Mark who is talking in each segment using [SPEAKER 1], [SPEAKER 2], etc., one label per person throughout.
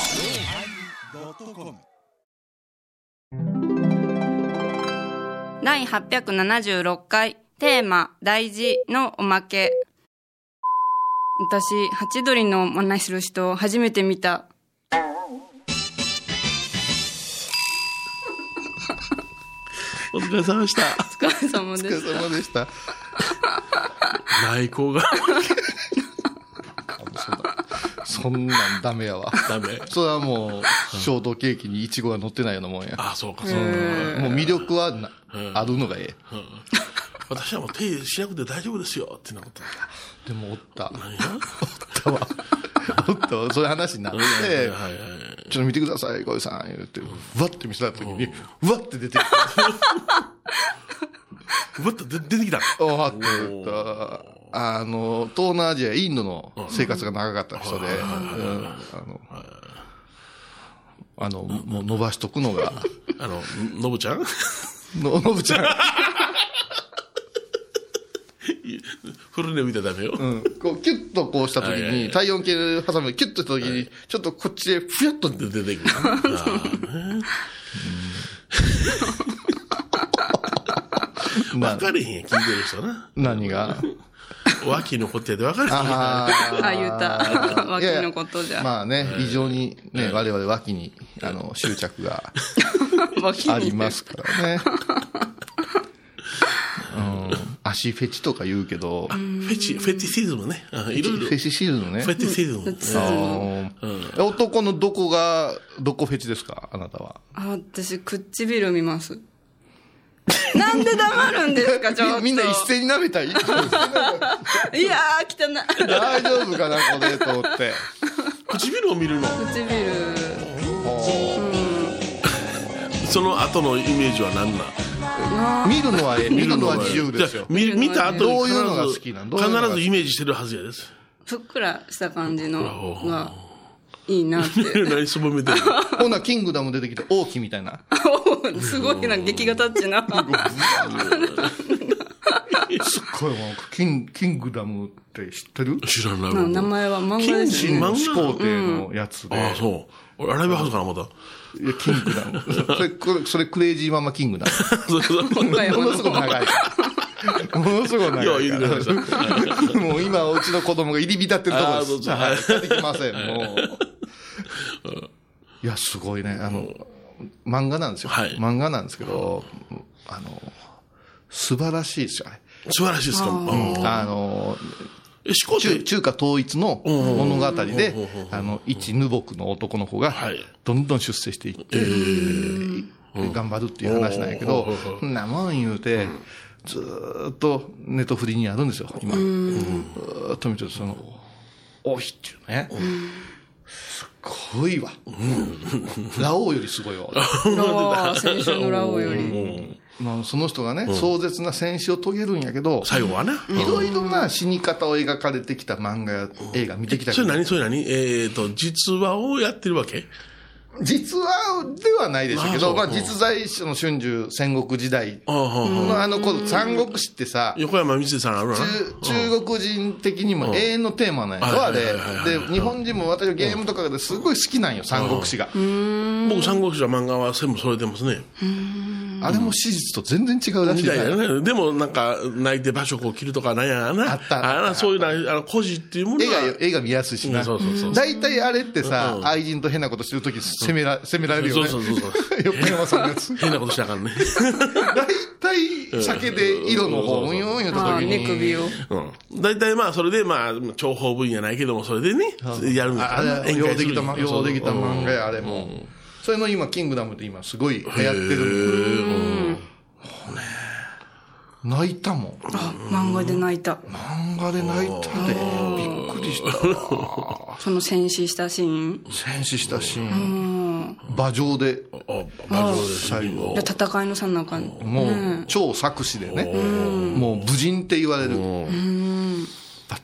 [SPEAKER 1] yosmir
[SPEAKER 2] 第876回テーマ「大事」のおまけ私ハチドリの真似する人初めて見た
[SPEAKER 3] お疲れ様でした。
[SPEAKER 2] お疲れ様
[SPEAKER 3] お疲
[SPEAKER 2] で
[SPEAKER 3] れ
[SPEAKER 2] す
[SPEAKER 3] 様でした。内向が
[SPEAKER 4] そんなんダメやわ。
[SPEAKER 3] ダメ。
[SPEAKER 4] それはもう、ショートケーキにイチゴが乗ってないようなもんや。
[SPEAKER 3] あ、そうか、そうか。
[SPEAKER 4] もう魅力はなあるのがえ
[SPEAKER 3] うん私はもう手入れしなくて大丈夫ですよってなこと。
[SPEAKER 4] え。でもおった。
[SPEAKER 3] 何
[SPEAKER 4] おったわ。そういう話になって、
[SPEAKER 3] やはいはいはい。
[SPEAKER 4] ちょっと見てください、小井さん。言って、うわって見せた時に、うわって出て き
[SPEAKER 3] うわっと出出てきた。
[SPEAKER 4] た。わって言った。あの、東南アジア、インドの生活が長かった人で、うんあの、あの、もう伸ばしとくのが、
[SPEAKER 3] あの、のぶちゃん
[SPEAKER 4] の、のぶちゃん。
[SPEAKER 3] フルネ見てダメよ。
[SPEAKER 4] うんこう、キュッとこうしたとき
[SPEAKER 3] はいはいはい
[SPEAKER 4] に、体温計挟む、キュッとしたときに、ちょっとこっちへ、ふやっと出て
[SPEAKER 3] で出てく る。あーね
[SPEAKER 4] な
[SPEAKER 3] わかれへんや、聞いてる人な。
[SPEAKER 4] 何が
[SPEAKER 3] 脇のことやでわかれへんや。
[SPEAKER 4] あ
[SPEAKER 2] あ言うた 脇のことじゃ、
[SPEAKER 4] ーまあね、異常にね、我々脇に、あの、執着が
[SPEAKER 2] 脇
[SPEAKER 4] あり
[SPEAKER 2] に
[SPEAKER 4] ますからね。うん、足フェチとか言うけど、
[SPEAKER 3] フェチ、フェチシズムね。あいろいろ。
[SPEAKER 4] フェ
[SPEAKER 3] フ
[SPEAKER 4] チシールのね。
[SPEAKER 3] ェチシズム。
[SPEAKER 4] うん男のどこが、どこフェチですかあなたは。
[SPEAKER 2] あ私唇見ますなんで黙るんですかちょっと
[SPEAKER 4] みんな一斉に舐めたい
[SPEAKER 2] い やー汚い
[SPEAKER 4] 大丈夫かなこれと思って。
[SPEAKER 3] 唇を見るの。
[SPEAKER 2] 唇
[SPEAKER 3] その後のイメージは何なん
[SPEAKER 4] 見るのはええ、見るのは自由です
[SPEAKER 3] じゃ
[SPEAKER 4] よ。
[SPEAKER 3] あ見見た後に
[SPEAKER 4] どういうのが好きなんどういうのが好き
[SPEAKER 3] 必ずイメージしてるはずやです。
[SPEAKER 2] ふっくらした感じのがいいなって
[SPEAKER 3] 何すぼめてる
[SPEAKER 4] ほな、キングダム出てきて、王妃みたいな。
[SPEAKER 2] すごいな劇がタッチな
[SPEAKER 4] すっごい、なんか、キン、キングダムって知ってる
[SPEAKER 3] 知らない
[SPEAKER 2] な
[SPEAKER 3] わ。
[SPEAKER 2] 名前は漫画です
[SPEAKER 3] 金
[SPEAKER 2] よね。
[SPEAKER 3] 人漫
[SPEAKER 4] 始
[SPEAKER 3] 画
[SPEAKER 4] 皇帝のやつで。
[SPEAKER 3] ああ、そう。俺、ライブハウスかな、 また。
[SPEAKER 4] いや、キングダム。それ、これ、それクレイジーママキングダム。
[SPEAKER 3] そうそう
[SPEAKER 2] 今回
[SPEAKER 4] も
[SPEAKER 2] は
[SPEAKER 4] のすごく長い。ものすごく長
[SPEAKER 3] い
[SPEAKER 4] い
[SPEAKER 3] や
[SPEAKER 4] か
[SPEAKER 3] 言うてく
[SPEAKER 4] ら。もう今、うちの子供が入り浸ってるとこ
[SPEAKER 3] あーど
[SPEAKER 4] ろ
[SPEAKER 3] う
[SPEAKER 4] で
[SPEAKER 3] ぞ
[SPEAKER 4] す。
[SPEAKER 3] は
[SPEAKER 4] はいい。出てきません、もう。いや、すごいね。あの、漫画なんですよ。
[SPEAKER 3] はい
[SPEAKER 4] 漫画なんですけど、あの、素晴らしいですよね。
[SPEAKER 3] 素晴らしいですか。うん
[SPEAKER 4] あの、
[SPEAKER 3] え、始皇
[SPEAKER 4] 中
[SPEAKER 3] 帝、
[SPEAKER 4] 中華統一の物語で、あの、一無牧の男の子が
[SPEAKER 3] はい、
[SPEAKER 4] どんどん出世していって、頑張るっていう話なんやけど
[SPEAKER 3] うんうん、
[SPEAKER 4] そんなもん言うて、ずーっとネットフリにあるんですよ、今。ずーっと見てると、その、王妃っていうね。すごいわ。ラオウよりすごい わ。
[SPEAKER 2] ラオウ先週のラオウより。
[SPEAKER 3] うん
[SPEAKER 4] まあその人がね、壮絶な戦死を遂げるんやけど、
[SPEAKER 3] 最後はな。
[SPEAKER 4] いろいろな死に方を描かれてきた漫画や映画見てきたけ
[SPEAKER 3] そ
[SPEAKER 4] ど
[SPEAKER 3] れ、何それ何えっと、実話をやってるわけ
[SPEAKER 4] 実話ではないでしょうけ
[SPEAKER 3] あそ
[SPEAKER 4] ど、
[SPEAKER 3] う
[SPEAKER 4] まあ実在その春秋戦国時代
[SPEAKER 3] ああはあはあ
[SPEAKER 4] のあの頃、三国志ってさ、
[SPEAKER 3] 横山光さんあるわな。
[SPEAKER 4] 中中国人的にも永遠のテーマなんやろ、
[SPEAKER 3] うん
[SPEAKER 4] あれ
[SPEAKER 3] はいはいはい。
[SPEAKER 4] で、日本人も私はゲームとかですごい好きなんよ、三国志が。
[SPEAKER 3] 僕、三国志は漫画は全部揃えてますね。
[SPEAKER 4] あれも史実と全然違うらし
[SPEAKER 3] み
[SPEAKER 4] いな
[SPEAKER 3] たいだね。でもなんか、泣いて馬謖を切るとかなんやな。
[SPEAKER 4] あったな
[SPEAKER 3] あなそういうな、あの、孤児っていうもの
[SPEAKER 4] 絵が
[SPEAKER 3] は。
[SPEAKER 4] よ、絵が見やすいし
[SPEAKER 3] う
[SPEAKER 4] なん
[SPEAKER 3] そうそうそう。
[SPEAKER 4] 大体あれってさ、愛人と変なことしてるとき責めら、責められるよ
[SPEAKER 3] そう
[SPEAKER 4] ね。
[SPEAKER 3] そうそうそう。
[SPEAKER 4] 横山さんのやつ。
[SPEAKER 3] 変なことしたらあかん ね。
[SPEAKER 4] 大体酒で色の方、うんよんよんと
[SPEAKER 2] あー
[SPEAKER 4] 時に。
[SPEAKER 2] 寝首を。
[SPEAKER 3] うん。大体まあ、それでまあ、諜報部員やないけども、それでね、やるんだか
[SPEAKER 4] あ
[SPEAKER 3] らな。
[SPEAKER 4] れ、ようできた
[SPEAKER 3] ま
[SPEAKER 4] ま、ようできた漫画や、あれも。それの今、キングダムって今、すごい流行ってる。泣いたもん。
[SPEAKER 2] あ、漫画で泣いた。
[SPEAKER 4] 漫画で泣いたで、びっくりしたわ。
[SPEAKER 2] その戦死したシーン。
[SPEAKER 4] 戦死したシーン。馬上で、
[SPEAKER 3] あ、まあ、そうです。
[SPEAKER 4] 最後。
[SPEAKER 2] で戦いのさなかに。
[SPEAKER 4] もう、超作詞でね。もう、無人って言われる。バッ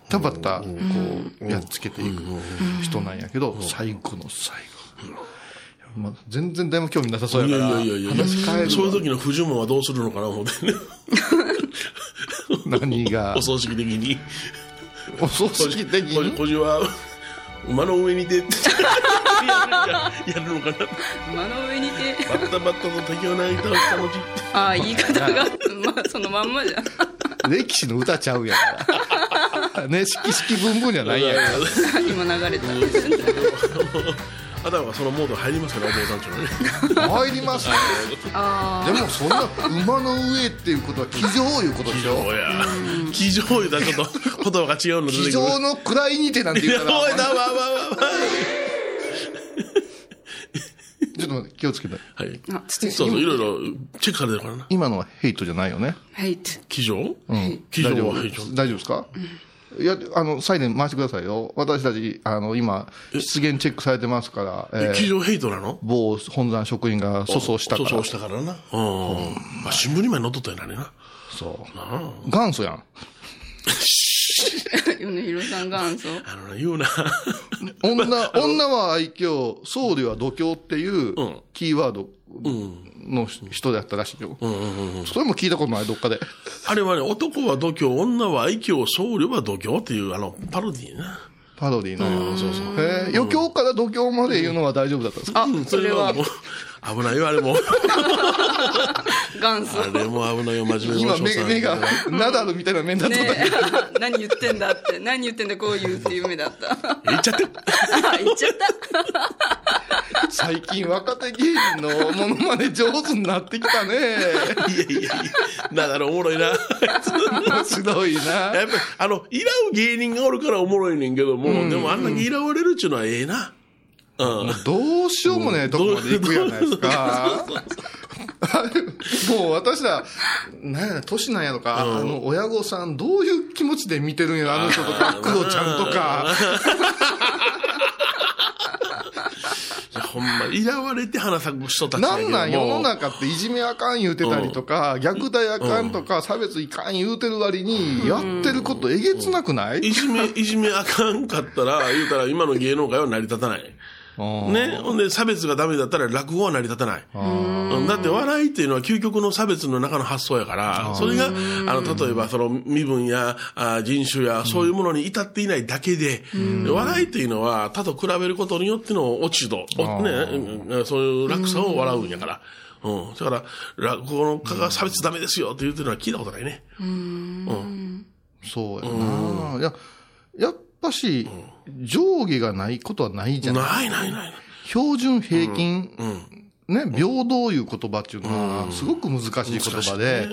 [SPEAKER 4] タバッタ、こう、やっつけていく人なんやけど、最後の最後。まあ、全然誰も興味なさそう
[SPEAKER 3] いや
[SPEAKER 4] や
[SPEAKER 3] い
[SPEAKER 4] から。
[SPEAKER 3] やいやいや
[SPEAKER 4] 話変えるわ
[SPEAKER 3] そういう時の不純門はどうするのかな、思ってね。
[SPEAKER 4] 何 が
[SPEAKER 3] お。葬式的に。
[SPEAKER 4] お葬式的
[SPEAKER 3] こ
[SPEAKER 4] に
[SPEAKER 3] 小じは馬の上にて ってやるやるのかな
[SPEAKER 2] 馬の上にて
[SPEAKER 3] バッタバッタと敵を泣いた歌のち
[SPEAKER 2] ああ言い方が、 まあ、そのまんまじゃん
[SPEAKER 4] 歴史の歌ちゃうやから。ね、式式文文じゃないやから。
[SPEAKER 2] 今流れた
[SPEAKER 3] あたまがそのモード入りますよねお坊さんち のね
[SPEAKER 4] 入りますね
[SPEAKER 2] あ
[SPEAKER 4] でもそんな馬の上っていうことは騎乗いうことでしょ
[SPEAKER 3] おや騎乗言うたらちょっと言葉が違うの出て
[SPEAKER 4] 騎
[SPEAKER 3] くる
[SPEAKER 4] 乗の位にてなんて
[SPEAKER 3] い
[SPEAKER 4] 言
[SPEAKER 3] や
[SPEAKER 4] うから
[SPEAKER 3] おいだわわわわ
[SPEAKER 4] ちょっと待って気をつけて
[SPEAKER 3] はい
[SPEAKER 2] あ
[SPEAKER 3] そうそういろいろチェックされてるからな
[SPEAKER 4] 今のはヘイトじゃないよね、
[SPEAKER 2] あヘイト
[SPEAKER 3] 騎乗
[SPEAKER 4] うん、
[SPEAKER 3] 騎乗
[SPEAKER 4] 大丈
[SPEAKER 3] は
[SPEAKER 4] 夫
[SPEAKER 3] 非
[SPEAKER 4] で
[SPEAKER 3] 常
[SPEAKER 4] す大丈夫ですか、いやあのサイレン回してくださいよ私たちあの今出現チェックされてますから、えー
[SPEAKER 3] 騎乗ヘイトなの
[SPEAKER 4] 某本山職員が粗相したか
[SPEAKER 3] そう
[SPEAKER 4] ら
[SPEAKER 3] そうしたからなうんまあ新聞に前載っとったよなあれな
[SPEAKER 4] そう元祖やん
[SPEAKER 2] 米広さん元祖
[SPEAKER 3] あのな 言うな
[SPEAKER 4] 女女は愛嬌僧侶は度胸っていう
[SPEAKER 3] うん
[SPEAKER 4] キーワードの人だったらしいよ、それも聞いたことないどっかで
[SPEAKER 3] あれはね男は度胸女は愛嬌僧侶は度胸っていうあのパロディーな
[SPEAKER 4] パロディーの、そうそうへえ余興から度胸まで言うのは大丈夫だったんですか、
[SPEAKER 2] あそれは
[SPEAKER 3] もう危ないよあれも
[SPEAKER 2] 元祖
[SPEAKER 3] あれも危ないよ真面目な
[SPEAKER 4] 今
[SPEAKER 3] お嬢
[SPEAKER 4] 目
[SPEAKER 3] さん
[SPEAKER 4] 目がナダルみたいな目になっとった、
[SPEAKER 2] ねえ 何言ってんだって何言ってんだこういうって夢だったあ
[SPEAKER 3] 言っちゃってる
[SPEAKER 2] 言っちゃった
[SPEAKER 4] 最近若手芸人のものまね上手になってきたね
[SPEAKER 3] いやいやいやだからおもろ いなやっ
[SPEAKER 4] 面白い
[SPEAKER 3] ぱ
[SPEAKER 4] な
[SPEAKER 3] りあのいらう芸人がおるからおもろいねんけども、でもあんだけいらわれるっちゅうのはええなうん
[SPEAKER 4] どうしようもねえとこまで行くやないですか もう私ら、なんやろ、年なんやとか、あの、親御さん、どういう気持ちで見てるんやろ、あの人とか、クロちゃんとか。
[SPEAKER 3] いやほんまいらわれて花咲くしとったち
[SPEAKER 4] なんなん世の
[SPEAKER 3] もう
[SPEAKER 4] 中っていじめあかん言うてたりとか、虐待あかんとか、差別いかん言うてる割に、やってることえげつなくない、
[SPEAKER 3] いじめいじめあかんかったら言うたら今の芸能界は成り立たない
[SPEAKER 4] うん
[SPEAKER 3] ね、ほんで差別がダメだったら落語は成り立たない。うんだって笑いっていうのは究極の差別の中の発想やから、それが、あの、例えばその身分やあ人種やそういうものに至っていないだけで、で笑いっていうのは他と比べることによっての落ち度、おね、うんそういう落差を笑うんやから。うん。だから、落語の家が差別ダメですよって言うてるのは聞いたことないね。
[SPEAKER 4] そうやな。いや、やっぱし、上下がないことはないじゃない
[SPEAKER 3] ないないない。
[SPEAKER 4] 標準平均、ね、平等いう言葉っていうのは、すごく難しい言葉で、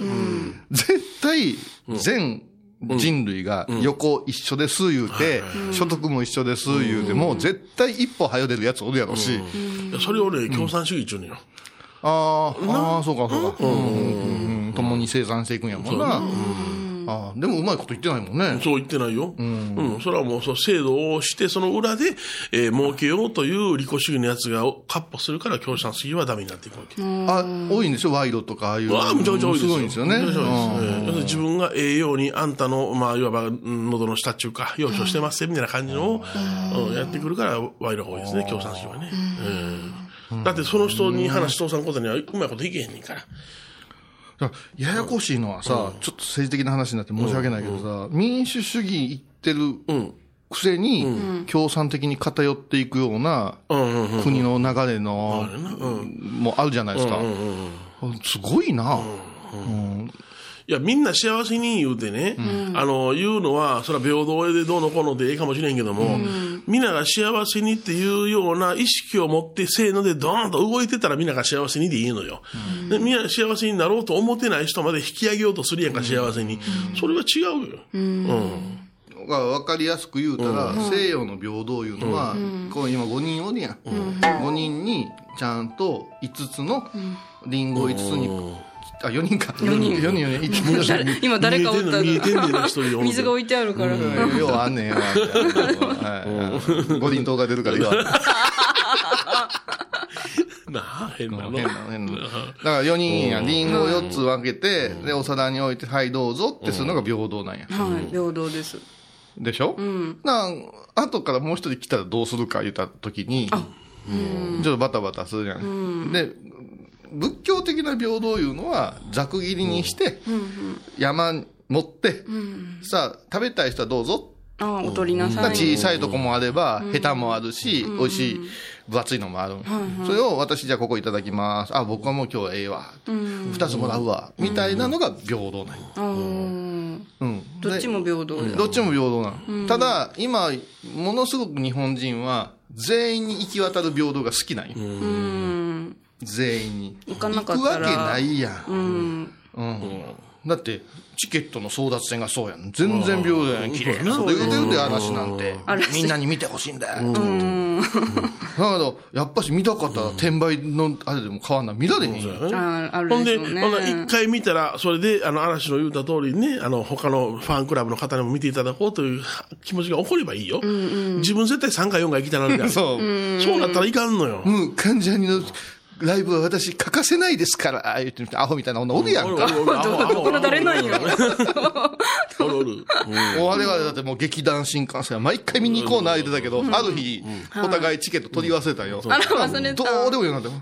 [SPEAKER 4] 絶対、全人類が横一緒です言うて、所得も一緒です言うても、絶対一歩早出るやつおるやろし、
[SPEAKER 3] いやそれをね、共産主義っちゅうのよ。
[SPEAKER 4] あーあー、そうか、そうか、うんうんうん共に生産していくんやもんな。あーでもうまいこと言ってないもんね。
[SPEAKER 3] そう言ってないよ。うん。それはもう、そう、制度をして、その裏で、えー儲けようという利己主義のやつが、を割歩するから、共産主義はダメになっていくわけ。う
[SPEAKER 4] あ、多いんでしょ賄賂とか、ああいう。
[SPEAKER 3] わあ、むちゃくちゃ多いです
[SPEAKER 4] す
[SPEAKER 3] よ。
[SPEAKER 4] ごいんですよね。
[SPEAKER 3] むちゃくちゃ多いですえ
[SPEAKER 4] うん
[SPEAKER 3] ー要するに自分がええように、あんたの、まあ、いわば、うん喉の下っちゅうか、要所してますよみたいな感じのを、うんやってくるから、賄賂が多いですね、共産主義はね。うんだって、その人に話し通さんことには、うまいこといけへんねんから。
[SPEAKER 4] だからややこしいのはさ、ちょっと政治的な話になって申し訳ないけどさ、民主主義言ってる
[SPEAKER 3] うん。
[SPEAKER 4] くせに、共産的に偏っていくような
[SPEAKER 3] うんうんうん。
[SPEAKER 4] 国の流れの、
[SPEAKER 3] あれなうん。
[SPEAKER 4] もうあるじゃないですか。すごいな。うん
[SPEAKER 3] いや、みんな幸せに言うてね、あの、言うのは、それは平等でどうのこうのでええかもしれんけども、みんなが幸せにっていうような意識を持って、せーのでドーンと動いてたらみんなが幸せにでいいのよ。で、みんな幸せになろうと思ってない人まで引き上げようとするやんか、幸せに。それは違うよ。うん。
[SPEAKER 4] だから分かりやすく言うたら、西洋の平等いうのは、こう今5人おるやん、5人にちゃんと5つのリンゴ5つに、あ4人か4人4人よねごめんな さい
[SPEAKER 2] 誰今誰かおった
[SPEAKER 3] 見えてんねん見えてんねんな一人で思
[SPEAKER 2] の
[SPEAKER 3] って
[SPEAKER 2] 水が置いてあるから、
[SPEAKER 4] ようあんねんよ。 はい五輪党が出るからようあんねん
[SPEAKER 3] なあ、変なの。
[SPEAKER 4] 変な変なだから4人や、リンゴ4つ分けて、で、お皿に置いて、はい、どうぞってするのが平等なんや。
[SPEAKER 2] はい平等です
[SPEAKER 4] でしょなん後からもう一人来たらどうするか言った時に、ちょっとバタバタするじゃん。で、仏教的な平等いうのは、ざく切りにして、山持って、さあ、食べたい人はどうぞ
[SPEAKER 2] ああ、おとりな
[SPEAKER 4] だか
[SPEAKER 2] さ
[SPEAKER 4] ら
[SPEAKER 2] い。
[SPEAKER 4] 小さいとこもあれば、下手もあるし、美味しい、分厚いのもある。それを私じゃあここいただきます。あ、僕はもう今日はええわ。二つもらうわ。みたいなのが平等なんよ
[SPEAKER 2] うん
[SPEAKER 4] うん。
[SPEAKER 2] どっち
[SPEAKER 4] も。
[SPEAKER 2] も平等だ。
[SPEAKER 4] どっちも平等なの。ただ、今、ものすごく日本人は、全員に行き渡る平等が好きなんよ。
[SPEAKER 2] うん。
[SPEAKER 4] 全員に。
[SPEAKER 2] 行かなかったら
[SPEAKER 4] 行くわけないやん。
[SPEAKER 2] うん。
[SPEAKER 4] うんだって、チケットの争奪戦がそうやん。全然平等やん。綺麗なこと言うてるで、嵐なんて。みんなに見てほしいんだよ。
[SPEAKER 2] うん。
[SPEAKER 4] だけど、やっぱし見たかったら転売のあれでも買わんな見られへんよ。
[SPEAKER 2] あある
[SPEAKER 3] ほん
[SPEAKER 2] で
[SPEAKER 3] で、
[SPEAKER 2] しょうね。
[SPEAKER 3] ほんなら一回見たら、それで、あの、嵐の言うた通りにね、あの、他のファンクラブの方にも見ていただこうという気持ちが起こればいいよ。自分絶対3回4回行きたな るから。そ
[SPEAKER 4] そう。
[SPEAKER 3] うなったらいかんのよ。
[SPEAKER 4] もう患者にのライブは私欠かせないですから、言ってアホみたいな女おるやん か。
[SPEAKER 3] おるおる
[SPEAKER 2] どこどこの誰なんよ。
[SPEAKER 3] おるおる。うん
[SPEAKER 4] もう我々だってもう劇団新幹線は毎回見に行こうな言ってたけど、ある日、お互いチケット取り忘れたよ。
[SPEAKER 2] あら、忘れ
[SPEAKER 4] ど
[SPEAKER 2] た。
[SPEAKER 4] うでもよくなっ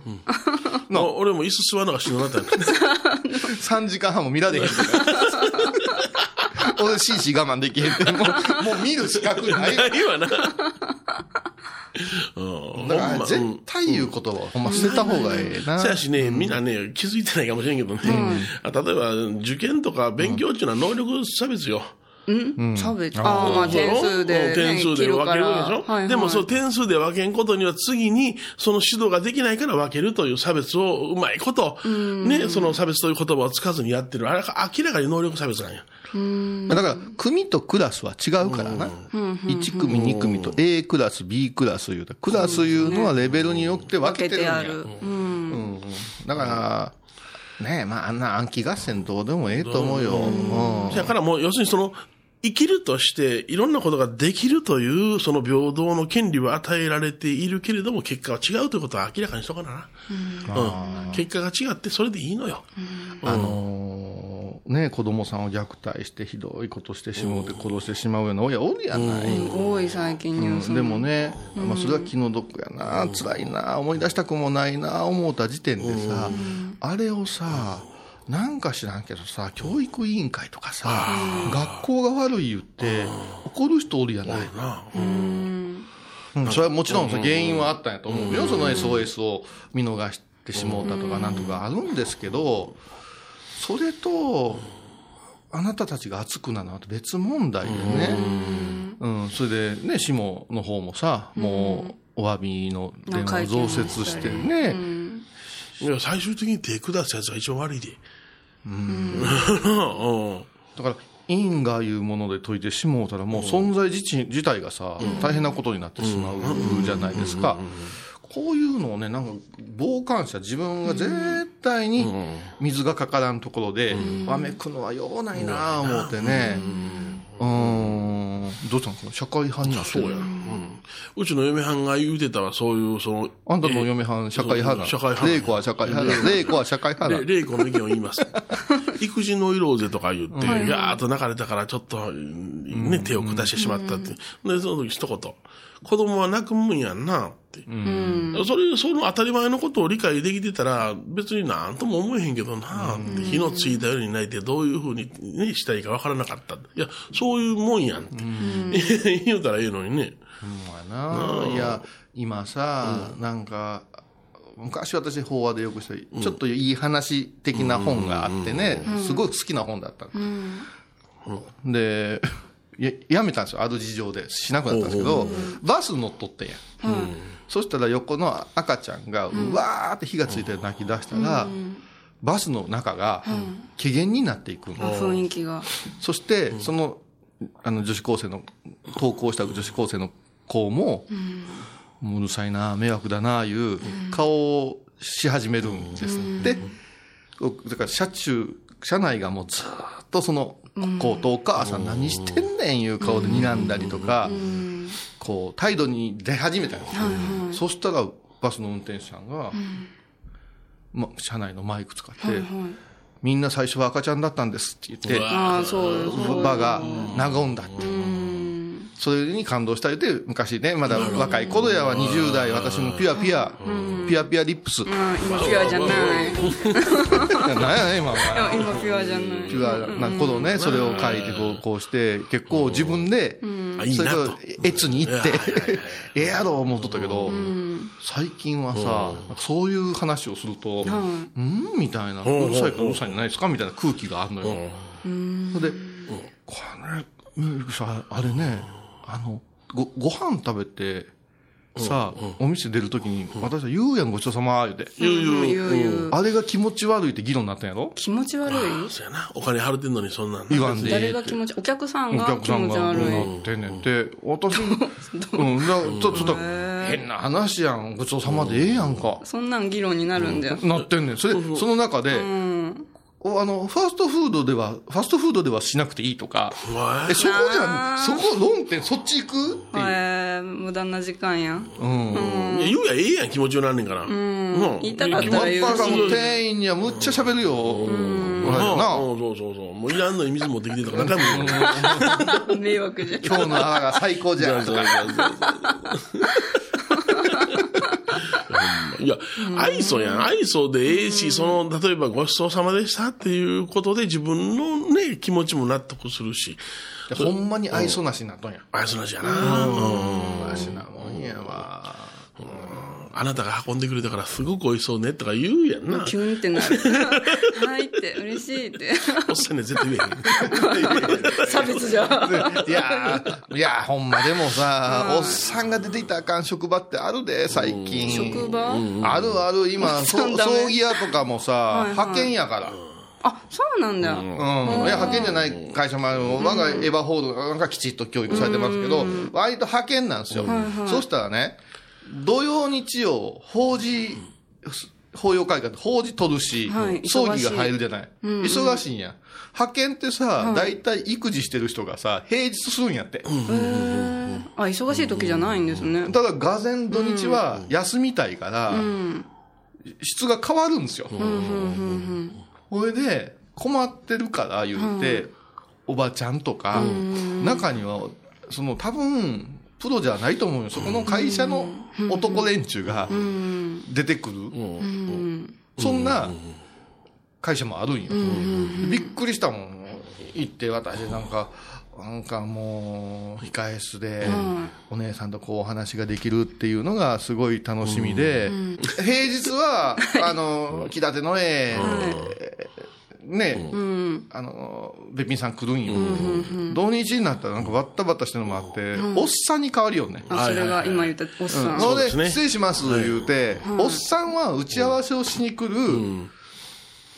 [SPEAKER 4] たよ。
[SPEAKER 3] お俺も椅子座るのが死ぬなったんや
[SPEAKER 4] 3時間半も見られへんとか。俺、しいし我慢できへんって、もう、もう見る資格ない。だか
[SPEAKER 3] ない わな。うん。ほん
[SPEAKER 4] ら、
[SPEAKER 3] ま
[SPEAKER 4] 絶対言う言葉は、ほんま捨てた方がええな
[SPEAKER 3] そ。やしね、みんなね、気づいてないかもしれんけどね、あ例えば、受験とか勉強っていうのは能力差別よ。
[SPEAKER 2] 差別。ああ、まあ点数で、ね。
[SPEAKER 3] 点数
[SPEAKER 2] 切
[SPEAKER 3] で
[SPEAKER 2] る
[SPEAKER 3] 分
[SPEAKER 2] か
[SPEAKER 3] けるでし
[SPEAKER 2] らはい
[SPEAKER 3] ょ、
[SPEAKER 2] はい、
[SPEAKER 3] でもその点数で分けんことには次に、その指導ができないから分けるという差別をうまいこと、ね、その差別という言葉を使わずにやってる。あれは明らかに能力差別なんや。
[SPEAKER 4] だから、組とクラスは違うからな。1組、2組と A クラス、B クラスいうた。クラスいうのはレベルによって分
[SPEAKER 2] 分
[SPEAKER 4] け
[SPEAKER 2] け
[SPEAKER 4] てるん
[SPEAKER 2] てあ
[SPEAKER 4] や。
[SPEAKER 2] る。うん。
[SPEAKER 4] だから、ねえ、まあ、あんな暗記合戦どうでもええと思うよ。うん
[SPEAKER 3] だからもう、要するにその、生きるとして、いろんなことができるという、その平等の権利は与えられているけれども、結果は違うということは明らかにしとかな。うん。結果が違って、それでいいのよ。
[SPEAKER 4] あのーね、子供さんを虐待してひどいことしてしまうて殺してしまうような親おるやない、
[SPEAKER 2] 多い最近ニュース
[SPEAKER 4] でもね、まあ、それは気の毒やな、辛いな、思い出したくもないな、思うた時点でさ、あれをさ、なんか知らんけどさ、教育委員会とかさ、学校が悪い言って、怒る人おるやない。
[SPEAKER 3] な
[SPEAKER 4] うんそれはもちろんその原因はあったんやと思うよ、その SOS を見逃してしもうたとかなんとかあるんですけど、それと、あなたたちが熱くなるのは別問題でね、うん、それでね、市もの方もさ、もうお詫びの電話を増設してね、
[SPEAKER 3] いや最終的に手下すやつが一番悪いで。うん。 うん
[SPEAKER 4] だから、因果いうもので解いてしもうたら、もう存在自身自体がさ、大変なことになってしまうじゃないですか。こういうのをね、なんか、傍観者、自分が絶対に水がかからんところで、わめくのはようないなあ思ってね。うーん。どうしたんですか社会派になって
[SPEAKER 3] そう
[SPEAKER 4] る
[SPEAKER 3] や。うん。うちの嫁はんが言うてたわ、そういう、その、
[SPEAKER 4] あんたのお嫁はん、社会派だ。
[SPEAKER 3] 社会派だ
[SPEAKER 4] 玲子は社会派だ。玲子は社会派
[SPEAKER 3] れ
[SPEAKER 4] だ。
[SPEAKER 3] 玲子の意見を言い ます。育児の色ぜとか言って、ガーッと泣かれたからちょっと、ね、手を下してしまったって。で、その時一言。子供は泣くもんやんな、って。それ、その当たり前のことを理解できてたら、別になんとも思えへんけどな、って。火のついたように泣いて、どういうふうにね、したいかわからなかった。いや、そういうもんやんって。 言うたらええのにね。
[SPEAKER 4] まあな、いや、今さ、なんか、昔私、法話でよくしたり、ちょっといい話的な本があってね、すごい好きな本だったの。で、ややめたんですよ、ある事情で、しなくなったんですけど、バス乗っとってんや。そしたら横の赤ちゃんが、うわーって火がついて泣き出したら、バスの中が、機嫌になっていくの。
[SPEAKER 2] あ雰囲気が。
[SPEAKER 4] そして、その、あの、女子高生の、登校した女子高生の子も、もううるさいな、迷惑だな、いう顔をし始めるんですって。だから、車中、車内がもうずーっとその、子とお母さん何してんねんいう顔で睨んだりとか、こう、態度に出始めたんですよそしたら、バスの運転手さんが、ま、車内のマイク使って、みんな最初は赤ちゃんだったんですって言って、
[SPEAKER 2] ああ、そうそう。
[SPEAKER 4] 場が和んだって。それに感動したりで、昔ね、まだ若い頃やは20代、私もピュアピュア、ピュアピュアリップス。
[SPEAKER 2] あ今ピュアじゃない。
[SPEAKER 4] なんやねん、今は。
[SPEAKER 2] あ今ピュアじゃない。
[SPEAKER 4] ピュアな頃ね、それを書いて投稿して、結構自分で、
[SPEAKER 3] あいい
[SPEAKER 4] それ
[SPEAKER 3] な
[SPEAKER 4] か
[SPEAKER 3] と
[SPEAKER 4] ら。越に行っ
[SPEAKER 3] いやいやい
[SPEAKER 4] て、ええやろ思っとったけど、最近はさ、なんかそういう話をすると、うんみたいな、うんるさいかうるさいんじゃないですかみたいな空気があるのよ。それで、これ、ミルクさん、あれね、あの、ご、ご飯食べて、さお店出るときに、私は言うやん、ごちそうさま、言うて。
[SPEAKER 3] 言う
[SPEAKER 2] うん
[SPEAKER 3] 言
[SPEAKER 2] 言う
[SPEAKER 3] う。
[SPEAKER 2] 言う
[SPEAKER 4] あれが気持ち悪いって議論になったんやろ
[SPEAKER 2] 気持ち悪い
[SPEAKER 3] そうやな。お金払ってんのにそんなんな。
[SPEAKER 4] 言わんでええっ
[SPEAKER 2] 誰
[SPEAKER 4] て。
[SPEAKER 2] が気持ちお客さん
[SPEAKER 4] お
[SPEAKER 2] が
[SPEAKER 4] 客
[SPEAKER 2] 気
[SPEAKER 4] さん
[SPEAKER 2] 持ち
[SPEAKER 4] が
[SPEAKER 2] 悪い
[SPEAKER 4] なってんねんて、 私、うん、だからちょちょっと変な話やん、ごちそうさまでええやんか、
[SPEAKER 2] そんなん議論になるんだよ
[SPEAKER 4] なってんねん。それ、その中で、おあの、ファーストフードでは、ファストフードではしなくていいとか、
[SPEAKER 3] お前
[SPEAKER 4] え、そこじゃん、そこ論点、そっち行くっていう。
[SPEAKER 2] えー無駄な時間やん
[SPEAKER 4] うん。
[SPEAKER 3] いや言うやええやん、気持ちよなんねんから。うん
[SPEAKER 2] 言いたかった
[SPEAKER 4] バ
[SPEAKER 2] ら
[SPEAKER 4] ッ
[SPEAKER 2] 言
[SPEAKER 4] ター
[SPEAKER 2] う
[SPEAKER 4] がもう
[SPEAKER 2] し
[SPEAKER 4] 店員にはむっちゃ喋るよ。うん。
[SPEAKER 3] うんう
[SPEAKER 4] な
[SPEAKER 3] んそうそうそう。もういらんのに水持ってきてとか何回も言う。
[SPEAKER 2] 迷惑じゃん
[SPEAKER 4] 今日の泡が最高じゃんとか。
[SPEAKER 3] いや、愛想やん。愛想でええし、その、例えばごちそうさまでしたっていうことで自分のね、気持ちも納得するし、
[SPEAKER 4] ほんまに愛想なしになっとんや。
[SPEAKER 3] 愛想なしやな。うん
[SPEAKER 4] 愛想なもんやわ。
[SPEAKER 3] あなたが運んでくれたからすごく美味しそうねとか言うやん な。
[SPEAKER 2] キュンってなる はいって嬉しいって
[SPEAKER 3] おっさんね絶対言えへん。
[SPEAKER 2] 差別じゃん
[SPEAKER 4] いやー、いやーほんまでもさ、おっさんが出ていたらあかん職場ってあるで、最近。
[SPEAKER 2] 職場
[SPEAKER 4] あるある、今、
[SPEAKER 2] っさ
[SPEAKER 4] そ
[SPEAKER 2] ん
[SPEAKER 4] う
[SPEAKER 2] ダメ
[SPEAKER 4] 葬儀屋とかもさ、派遣やから。
[SPEAKER 2] あそうなんだ
[SPEAKER 4] うん。いや、派遣じゃない会社もある。我がエヴァホールなんかきちっと教育されてますけど、割と派遣なんですよ。そうしたらね、土曜日曜、法事、法要会館、法事取るし
[SPEAKER 2] はい、
[SPEAKER 4] 葬儀が入るじゃない。忙しいんや。派遣ってさ、大体育児してる人がさ、平日するんやって。
[SPEAKER 2] あ忙しい時じゃないんですね
[SPEAKER 4] ただ、が然土日は休みたいから、質が変わるんですよ。それで、困ってるから言って、おばちゃんとか、中には、その多分、プロじゃないと思うよ。そこの会社の男連中が出てくる。そんな会社もあるんよ。びっくりしたもん。行って私なんか、なんかもう、控え室で、お姉さんとこうお話ができるっていうのがすごい楽しみで、平日 は、あの、木立の絵、ね、あの、べっぴんさん来るんよ。土日になったらなんかバッタバタしてるのもあって、おっさんに変わるよね。
[SPEAKER 2] あそれが今言ったおっさん
[SPEAKER 4] そ
[SPEAKER 3] そうで
[SPEAKER 4] れ
[SPEAKER 3] す
[SPEAKER 4] で、
[SPEAKER 3] ね
[SPEAKER 4] 失礼します言うて、おっさんは打ち合わせをしに来る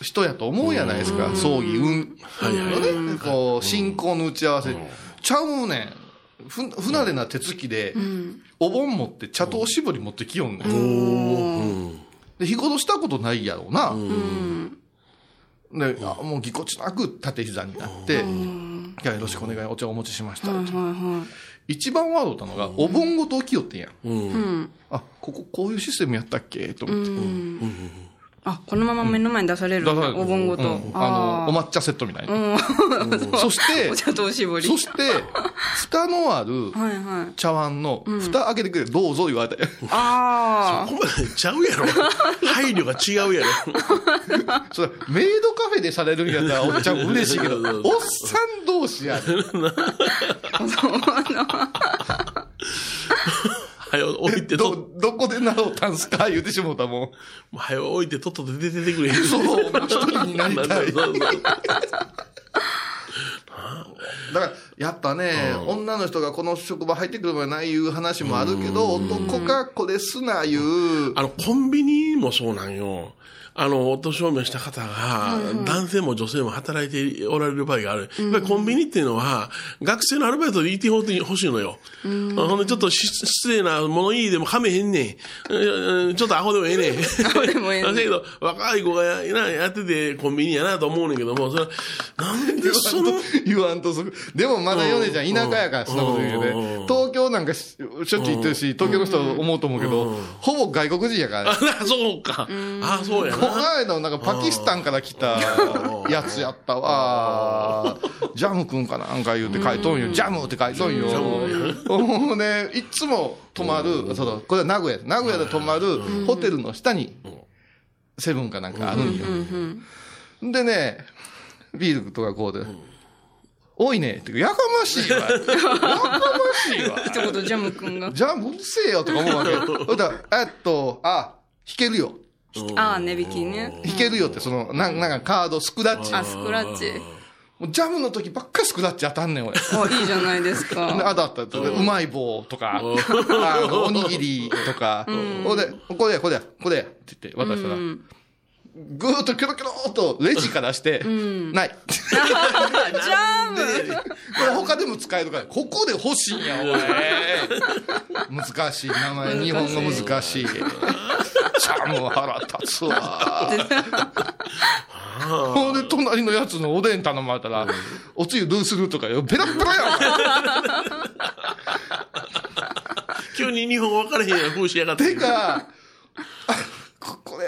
[SPEAKER 4] 人やと思うやないですか、葬儀、うん。
[SPEAKER 3] はいはい
[SPEAKER 4] ね、こう、進行の打ち合わせ。ちゃうねん。ふ、不慣れな手つきで、お盆持って茶とおしぼり持ってきよんねん。で、日頃したことないやろうな。で、あもうぎこちなく縦膝になって、いや、よろしくお願い、お茶お持ちしました。一番ワードだったのが、お盆ごと起きよってんやん。 あ、こここういうシステムやったっけと思って。
[SPEAKER 2] あこのまま目の前に出される
[SPEAKER 4] 出されて
[SPEAKER 2] お盆ご
[SPEAKER 4] う
[SPEAKER 2] と
[SPEAKER 4] んあ
[SPEAKER 2] あ
[SPEAKER 4] の、お抹茶セットみたいな。
[SPEAKER 2] ー
[SPEAKER 4] そして
[SPEAKER 2] お、茶とおしぼり
[SPEAKER 4] そして、蓋のある
[SPEAKER 2] はいはい
[SPEAKER 4] 茶碗の、蓋開けてくれ、どうぞ言われて。
[SPEAKER 2] ああ
[SPEAKER 3] ほんまにちゃうやろ。配慮が違うやろ。
[SPEAKER 4] それ、メイドカフェでされるんやったら、おっちゃん嬉しいけど、
[SPEAKER 3] う
[SPEAKER 4] お
[SPEAKER 3] ん
[SPEAKER 4] っさん同士やで。
[SPEAKER 3] はよ置いてと、
[SPEAKER 4] ど、どこで習うたんすか言うてしもうたもん。
[SPEAKER 3] はよ置いてとっとと出て出てくれ。
[SPEAKER 4] そう、もう一人にな り
[SPEAKER 3] そう
[SPEAKER 4] た
[SPEAKER 3] そう
[SPEAKER 4] い。
[SPEAKER 3] そ
[SPEAKER 4] だか
[SPEAKER 3] うそう
[SPEAKER 4] ら、やっぱね、女の人がこの職場入ってくるもんやないいう話もあるけど、男がこれすないう。
[SPEAKER 3] あの、コンビニもそうなんよ。あの、お年を召した方が、男性も女性も働いておられる場合がある。やっぱりコンビニっていうのは、学生のアルバイトでいてほしい欲しいのよ。ほんで、ちょっとし失礼な、物言いでも噛めへんねんうんうん。ちょっとアホでもええねん。
[SPEAKER 2] これもええ
[SPEAKER 3] だ
[SPEAKER 2] ね
[SPEAKER 3] けど、 若い子がやなやっててコンビニやなと思うねんけども、それは、なんでそ の、
[SPEAKER 4] 言わんとすぐ。でもまだヨネちゃん田舎やから、そんなこと言うけど
[SPEAKER 3] うん
[SPEAKER 4] ね。東京なんかししょっちゅう行ってるし、東京の人は思うと思うけど、ほぼ外国人やからね。
[SPEAKER 3] あ、そうか。あ、そうや
[SPEAKER 4] こ
[SPEAKER 3] な。
[SPEAKER 4] の間なんかパキスタンから来たやつやったわ。ジャムくんかなんか言うて書いとんよ。ジャムって書いとんよ。もうね、いつも泊まる、そうだ、これは名古屋。名古屋で泊まるホテルの下に、セブンかなんかあるんよ。でね、ビールとかこうで、多いね。ってかやかましいわ。やかま
[SPEAKER 2] ど、ジャム君が。
[SPEAKER 4] じゃあもううるせえよとか思うわけ。そしたら、えっと、あ、弾けるよ。
[SPEAKER 2] ああ、値引きね。
[SPEAKER 4] 弾けるよって、その、なんなんかカード、スクラッチ。
[SPEAKER 2] あ、スクラッチ。
[SPEAKER 4] もうジャムの時ばっかりスクラッチ当たんねん、 俺。
[SPEAKER 2] あ、いいじゃないです
[SPEAKER 4] で
[SPEAKER 2] か。
[SPEAKER 4] あとあったうまい棒とか、あのおにぎりとか、これ、これや、これや、これやって言って渡したら、ぐーっとキョロキョローっとレジからして、ない。
[SPEAKER 2] ジャム
[SPEAKER 4] これ他でも使えるから、ここで欲しいんや、お前。難しい名前、日本語難しい。ジャム腹立つわ。ほんで、隣のやつのおでん頼まれたら、おつゆどうするとかよ、ペラッペラやん。
[SPEAKER 3] 急に日本分からへんやん、風しやがって。
[SPEAKER 4] てか、あここれ、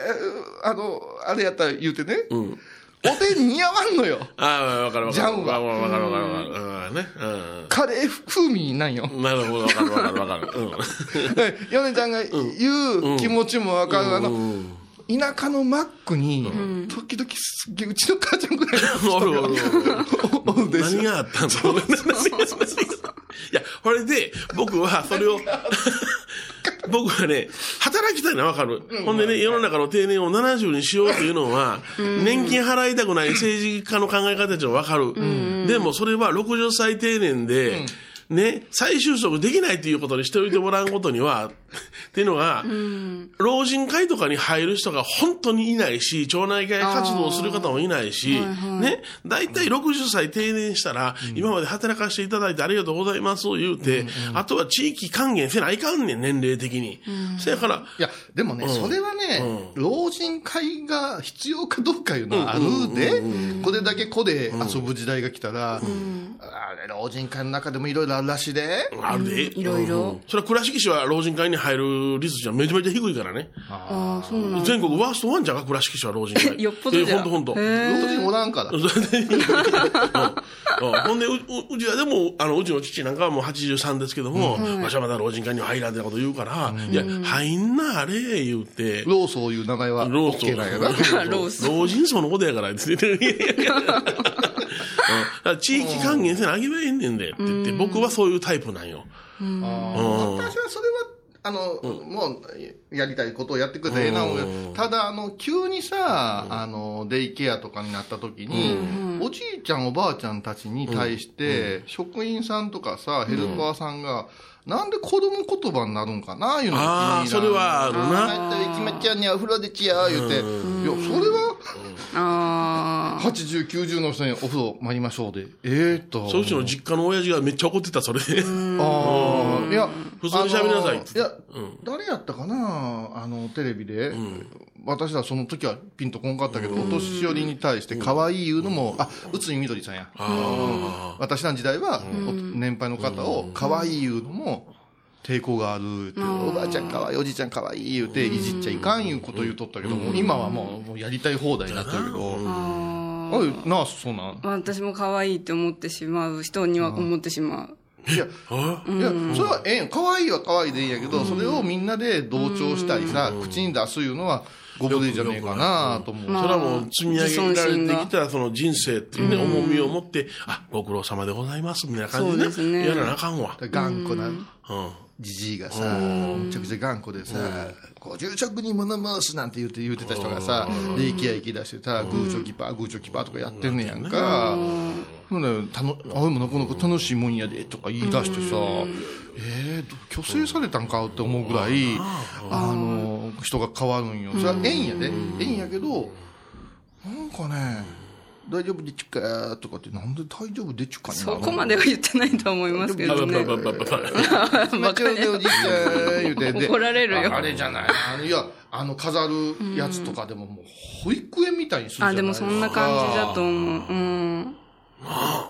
[SPEAKER 4] あの、あれやったら言うてね、おでん似合わんのよ。
[SPEAKER 3] ああ、わかるわかる。
[SPEAKER 4] ジャンは
[SPEAKER 3] わわかるわかるわかる。うん、ね。
[SPEAKER 4] カレー風味なんよ。
[SPEAKER 3] うん。なるほど、わかるわかるわかる。うん。
[SPEAKER 4] ヨネちゃんが言う気持ちもわかる。あの、田舎のマックに、時々すっげえ、うちの母ちゃんぐらいの人
[SPEAKER 3] おるおる
[SPEAKER 4] おるでしょ
[SPEAKER 3] 何があったんだろう。いや、これで、僕はそ れを、僕はね、働きたいのはわかる。ほんでね、世の中の定年を70にしようというのは、年金払いたくない政治家の考え方じゃわかる。でもそれは60歳定年で、ね、再就職できないということにしておいてもらうことには、 っていうのが、老人会とかに入る人が本当にいないし、町内会活動をする方もいないし、ね、大体60歳定年したら、今まで働かせていただいてありがとうございますを言うて、あとは地域還元せないかんねん、年齢的に。せやから、
[SPEAKER 4] いや、でもね、それはね、老人会が必要かどうかいうのはあるで、これだけ子で遊ぶ時代が来たら、あれ、老人会の中でもいろいろあるらしいで。
[SPEAKER 3] あるで。
[SPEAKER 2] いろいろ
[SPEAKER 3] うんそれは倉敷市は老人会に入る率じゃめちゃめちゃ低いからね。
[SPEAKER 2] ああ、そうなんだ。
[SPEAKER 3] 全国ワーストワンじゃんか、倉敷市は老人会。
[SPEAKER 2] よっぽどじゃん
[SPEAKER 3] えほんとほんと。
[SPEAKER 4] 老人おらんから。
[SPEAKER 3] それでうんうんほんで、う、ううちはでも、あの、うちの父なんかはもう83ですけども、わしはまだ老人会には入らんってなこと言うから、いや、入んなあれ、言うて。
[SPEAKER 4] ローソーいう名前は
[SPEAKER 3] 老僧
[SPEAKER 4] OK なんやな。
[SPEAKER 2] 老僧
[SPEAKER 3] 老人層のことやか ら、って言って。いやいやいやうんだから地域還元せなあげばええねんで、って言って、僕はそういうタイプなんよ。
[SPEAKER 4] 私はそれは、あの、もう、やりたいことをやってくれたらええな思うよただ、あの、急にさ、あの、デイケアとかになった時に、おじいちゃんおばあちゃんたちに対して、職員さんとかさ、ヘルパーさんが、なんで子供言葉になるんかな、いうのが気にな
[SPEAKER 3] ああ、それはあるな。
[SPEAKER 4] あー帰ったら、きまちゃんにはお風呂でちや、言うて。いや、それは、
[SPEAKER 2] あ
[SPEAKER 4] 80、90の人にお風呂参りましょうで。ええと。
[SPEAKER 3] そううちの実家の親父がめっちゃ怒ってた、それで。
[SPEAKER 4] ああ、いや、
[SPEAKER 3] 普通に喋りなさいっ
[SPEAKER 4] あの
[SPEAKER 3] つっ
[SPEAKER 4] い
[SPEAKER 3] て
[SPEAKER 4] や、誰やったかな、あの、テレビで。私らその時はピンとこんかったけど、お年寄りに対して可愛い言うのも、あ、内海みどりさんや。
[SPEAKER 3] あ
[SPEAKER 4] 私らの時代は、お年配の方を可愛い言うのも、抵抗があるって、おばあちゃん可愛い、おじいちゃん可愛い言うて、いじっちゃいかんいうこと言うとったけど、もう今はもう、もうやりたい放題になったけど、あれ、なあ、そうなん
[SPEAKER 2] あ。私も可愛いって思ってしまう。人には思ってしまう。
[SPEAKER 4] いや、
[SPEAKER 3] あ。あ
[SPEAKER 4] いや、それはええん。可愛いは可愛いでいいんやけど、それをみんなで同調したりさ、口に出すいうのは、ご無礼じゃねえかなと思う。
[SPEAKER 3] それはもう積み上げられてきたその人生っていうね、重みを持って、あ、ご苦労様でございます、みたいな感じで
[SPEAKER 2] そうです
[SPEAKER 3] ね。
[SPEAKER 2] ね
[SPEAKER 3] やらなあかんわ。
[SPEAKER 4] 頑固な
[SPEAKER 3] うん。
[SPEAKER 4] じじいがさ、めちゃくちゃ頑固でさ、こう、住職に物申すなんて言って言ってた人がさ、で、行きや行き出してさ、グーチョキパー、グーチョキパーとかやってんねやんか。ほんならたの、あれもなかなか楽しいもんやで、とか言い出してさ、えー、と虚勢されたんかって思うぐらい、あの、人が変わるんよ。それは縁やで。縁やけど、なんかね、大丈夫でちゅかとかって、なんで大丈夫でちゅかにな
[SPEAKER 2] そ
[SPEAKER 4] るの
[SPEAKER 2] こまでは言ってないと思いますけ
[SPEAKER 3] あば
[SPEAKER 2] ど
[SPEAKER 3] ば
[SPEAKER 2] ね。
[SPEAKER 3] ばばばば
[SPEAKER 4] まちょうでおじいちゃん言うてで
[SPEAKER 2] 怒られるよ
[SPEAKER 4] ああれじゃない。あのいや、あの飾るやつとかでももう保育園みたいにするじゃな
[SPEAKER 2] あ、
[SPEAKER 4] い
[SPEAKER 2] でも
[SPEAKER 4] すか
[SPEAKER 2] そんな感じだと思う。うん。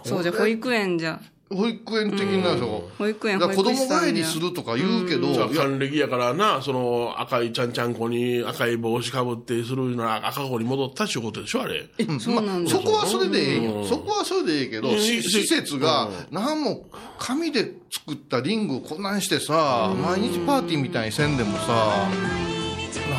[SPEAKER 2] そうじゃ、保育園じゃ。
[SPEAKER 4] 保育園的な人
[SPEAKER 2] 保育
[SPEAKER 4] が。
[SPEAKER 2] 園、
[SPEAKER 4] だ
[SPEAKER 2] 保
[SPEAKER 4] から
[SPEAKER 2] 育
[SPEAKER 4] 子
[SPEAKER 2] 士
[SPEAKER 4] 供
[SPEAKER 2] さ
[SPEAKER 4] 帰
[SPEAKER 2] んじ
[SPEAKER 4] り
[SPEAKER 2] ゃ
[SPEAKER 4] す。るとか言うけど、
[SPEAKER 3] じゃあ
[SPEAKER 4] いや、
[SPEAKER 3] 還暦やからな、その赤いちゃんちゃん子に赤い帽子かぶってするのは赤子に戻った仕事でしょ、あれ。
[SPEAKER 2] そうなんだ。
[SPEAKER 4] そこはそれでええんよ。そこはそれでええけど、
[SPEAKER 3] うん
[SPEAKER 4] し施設が、なんも、紙で作ったリングをこんなんしてさ、毎日パーティーみたいにせんでもさ、な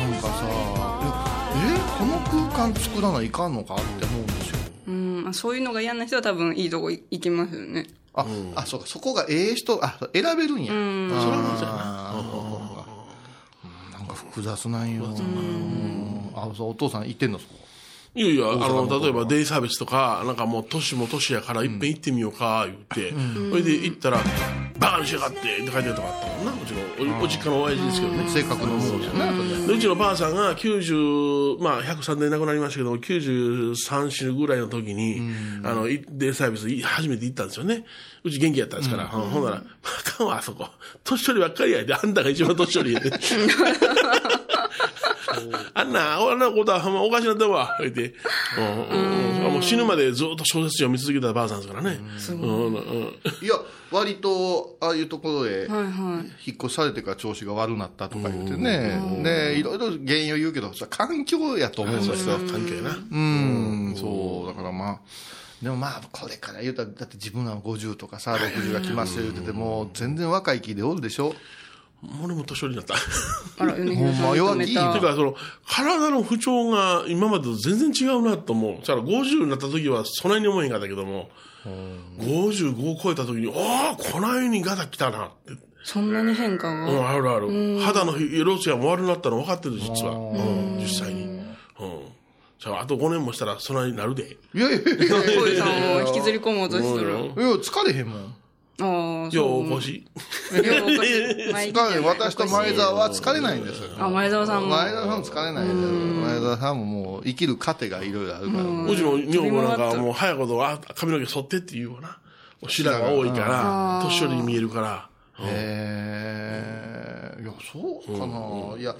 [SPEAKER 4] んかさ、いやえこの空間作らないかんのかって思うんですよ。
[SPEAKER 2] うん。そういうのが嫌な人は多分いいとこ行きますよね。
[SPEAKER 4] あ、あ、そうか、そこがええ人、あ、選べるんや。
[SPEAKER 2] ん
[SPEAKER 4] それもそうやなうんなんか複雑なんよ。うんあ、そう、お父さん行ってんのそこ。
[SPEAKER 3] いやいや、あの、例えばデイサービスとか、なんかもう年も年やから一遍行ってみようか、言って、それで行ったら、バカにしやがってって書いてるとかあったもんな、うちの、おお実家の親父ですけどね。
[SPEAKER 4] 性格のものやな、それ。
[SPEAKER 3] でうちのばあさんが90、まあ103年亡くなりましたけど、93週ぐらいの時に、あの、いデイサービスい初めて行ったんですよね。うち元気やったんですから、ほんほんなら、あかんわ、あそこ。年寄りばっかりやで、あんたが一番年寄り やで。あんな、あんなことはほんまおかしなったわ、言って。うんうんもう死ぬまでずっと小説読み続けたばあさんですからね。うんうん
[SPEAKER 4] いや、割と、ああいうところへ、
[SPEAKER 2] はいは
[SPEAKER 4] 引っ越されてから調子が悪なったとか言ってね、ね、いろいろ原因を言うけど、それは環境やと思うんですよ。
[SPEAKER 3] 関係な。
[SPEAKER 4] うん、そう、だからまあ、でもまあ、これから言うたら、だって自分は50とかさ、60が来ますよ言ってても、全然若い気でおるでしょ。
[SPEAKER 3] 俺も年寄りになった。
[SPEAKER 2] あら、米広さん認め
[SPEAKER 4] ほんま
[SPEAKER 3] て
[SPEAKER 2] た。
[SPEAKER 3] か、その、体の不調が今までと全然違うなと思う。だから50になった時はそないに思えへんかったけども、55を超えた時に、ああ、こないにガタ来たなって。
[SPEAKER 2] そんなに変化
[SPEAKER 3] う
[SPEAKER 2] が。
[SPEAKER 3] ん、あるある。肌の色艶も悪なったの分かってる、実は。うん、実際に。うん。じゃあ、あと5年もしたらそないになるで。
[SPEAKER 4] いやいやいやいやい
[SPEAKER 2] 小
[SPEAKER 4] やい
[SPEAKER 2] さ
[SPEAKER 4] や
[SPEAKER 2] んを引きずり込もうとし
[SPEAKER 3] う
[SPEAKER 2] てる。
[SPEAKER 3] ん。
[SPEAKER 4] 疲れへんもん。
[SPEAKER 2] ああ、
[SPEAKER 3] よ
[SPEAKER 2] そう
[SPEAKER 3] うお越し。
[SPEAKER 2] 両方おかしい前行きじゃ
[SPEAKER 4] だか
[SPEAKER 2] な
[SPEAKER 4] ら
[SPEAKER 2] い
[SPEAKER 4] 私と前澤は疲れないんです。
[SPEAKER 2] あ、前澤さんも。
[SPEAKER 4] 前澤さんも疲れないです。前澤さんももう生きる糧がいろいろあるから。
[SPEAKER 3] うちの女房なんかもう早いこと、あ、髪の毛剃ってって言うわな。もう白が多いから、年寄りに見えるから。
[SPEAKER 4] えー、いや、そうかな、いや、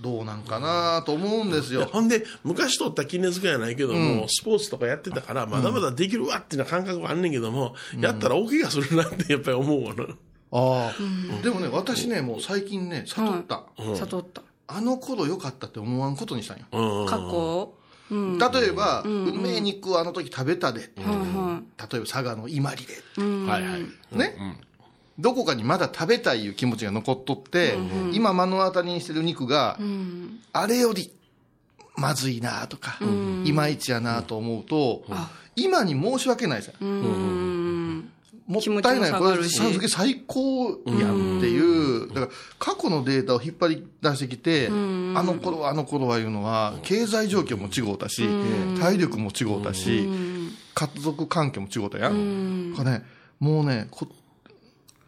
[SPEAKER 4] どうなんかなと思うんですよ。
[SPEAKER 3] ほんで、昔取った金根塚やないけども、スポーツとかやってたから、まだまだできるわっていうような感覚はあんねんけども、やったら大怪我するなってやっぱり思うわな。
[SPEAKER 4] ああ。でもね、私ね、もう最近ね、悟った。
[SPEAKER 2] 悟った。
[SPEAKER 4] あの頃良かったって思わんことにしたんよ。
[SPEAKER 3] うん。
[SPEAKER 2] 過去をうん。
[SPEAKER 4] 例えば、うめえ肉をあの時食べたで。例え
[SPEAKER 2] はいは
[SPEAKER 4] ば佐賀の伊万里で。
[SPEAKER 3] はいはい。
[SPEAKER 4] ね、どこかにまだ食べたいいう気持ちが残っとって、今目の当たりにしてる肉が、あれよりまずいなとか、いまいちやなと思うと、今に申し訳ないですよ
[SPEAKER 2] い。うーん。
[SPEAKER 4] もっ
[SPEAKER 2] 気持ちも
[SPEAKER 4] たいない。
[SPEAKER 2] 下
[SPEAKER 4] こ
[SPEAKER 2] が
[SPEAKER 4] れ、
[SPEAKER 2] るし
[SPEAKER 4] すげえ最高やんっていう。だから、過去のデータを引っ張り出してきて、あの頃はあの頃はいうのは、経済状況も違うたし、体力も違うたし、家族関係も違うたやん。だからね、もうね、こ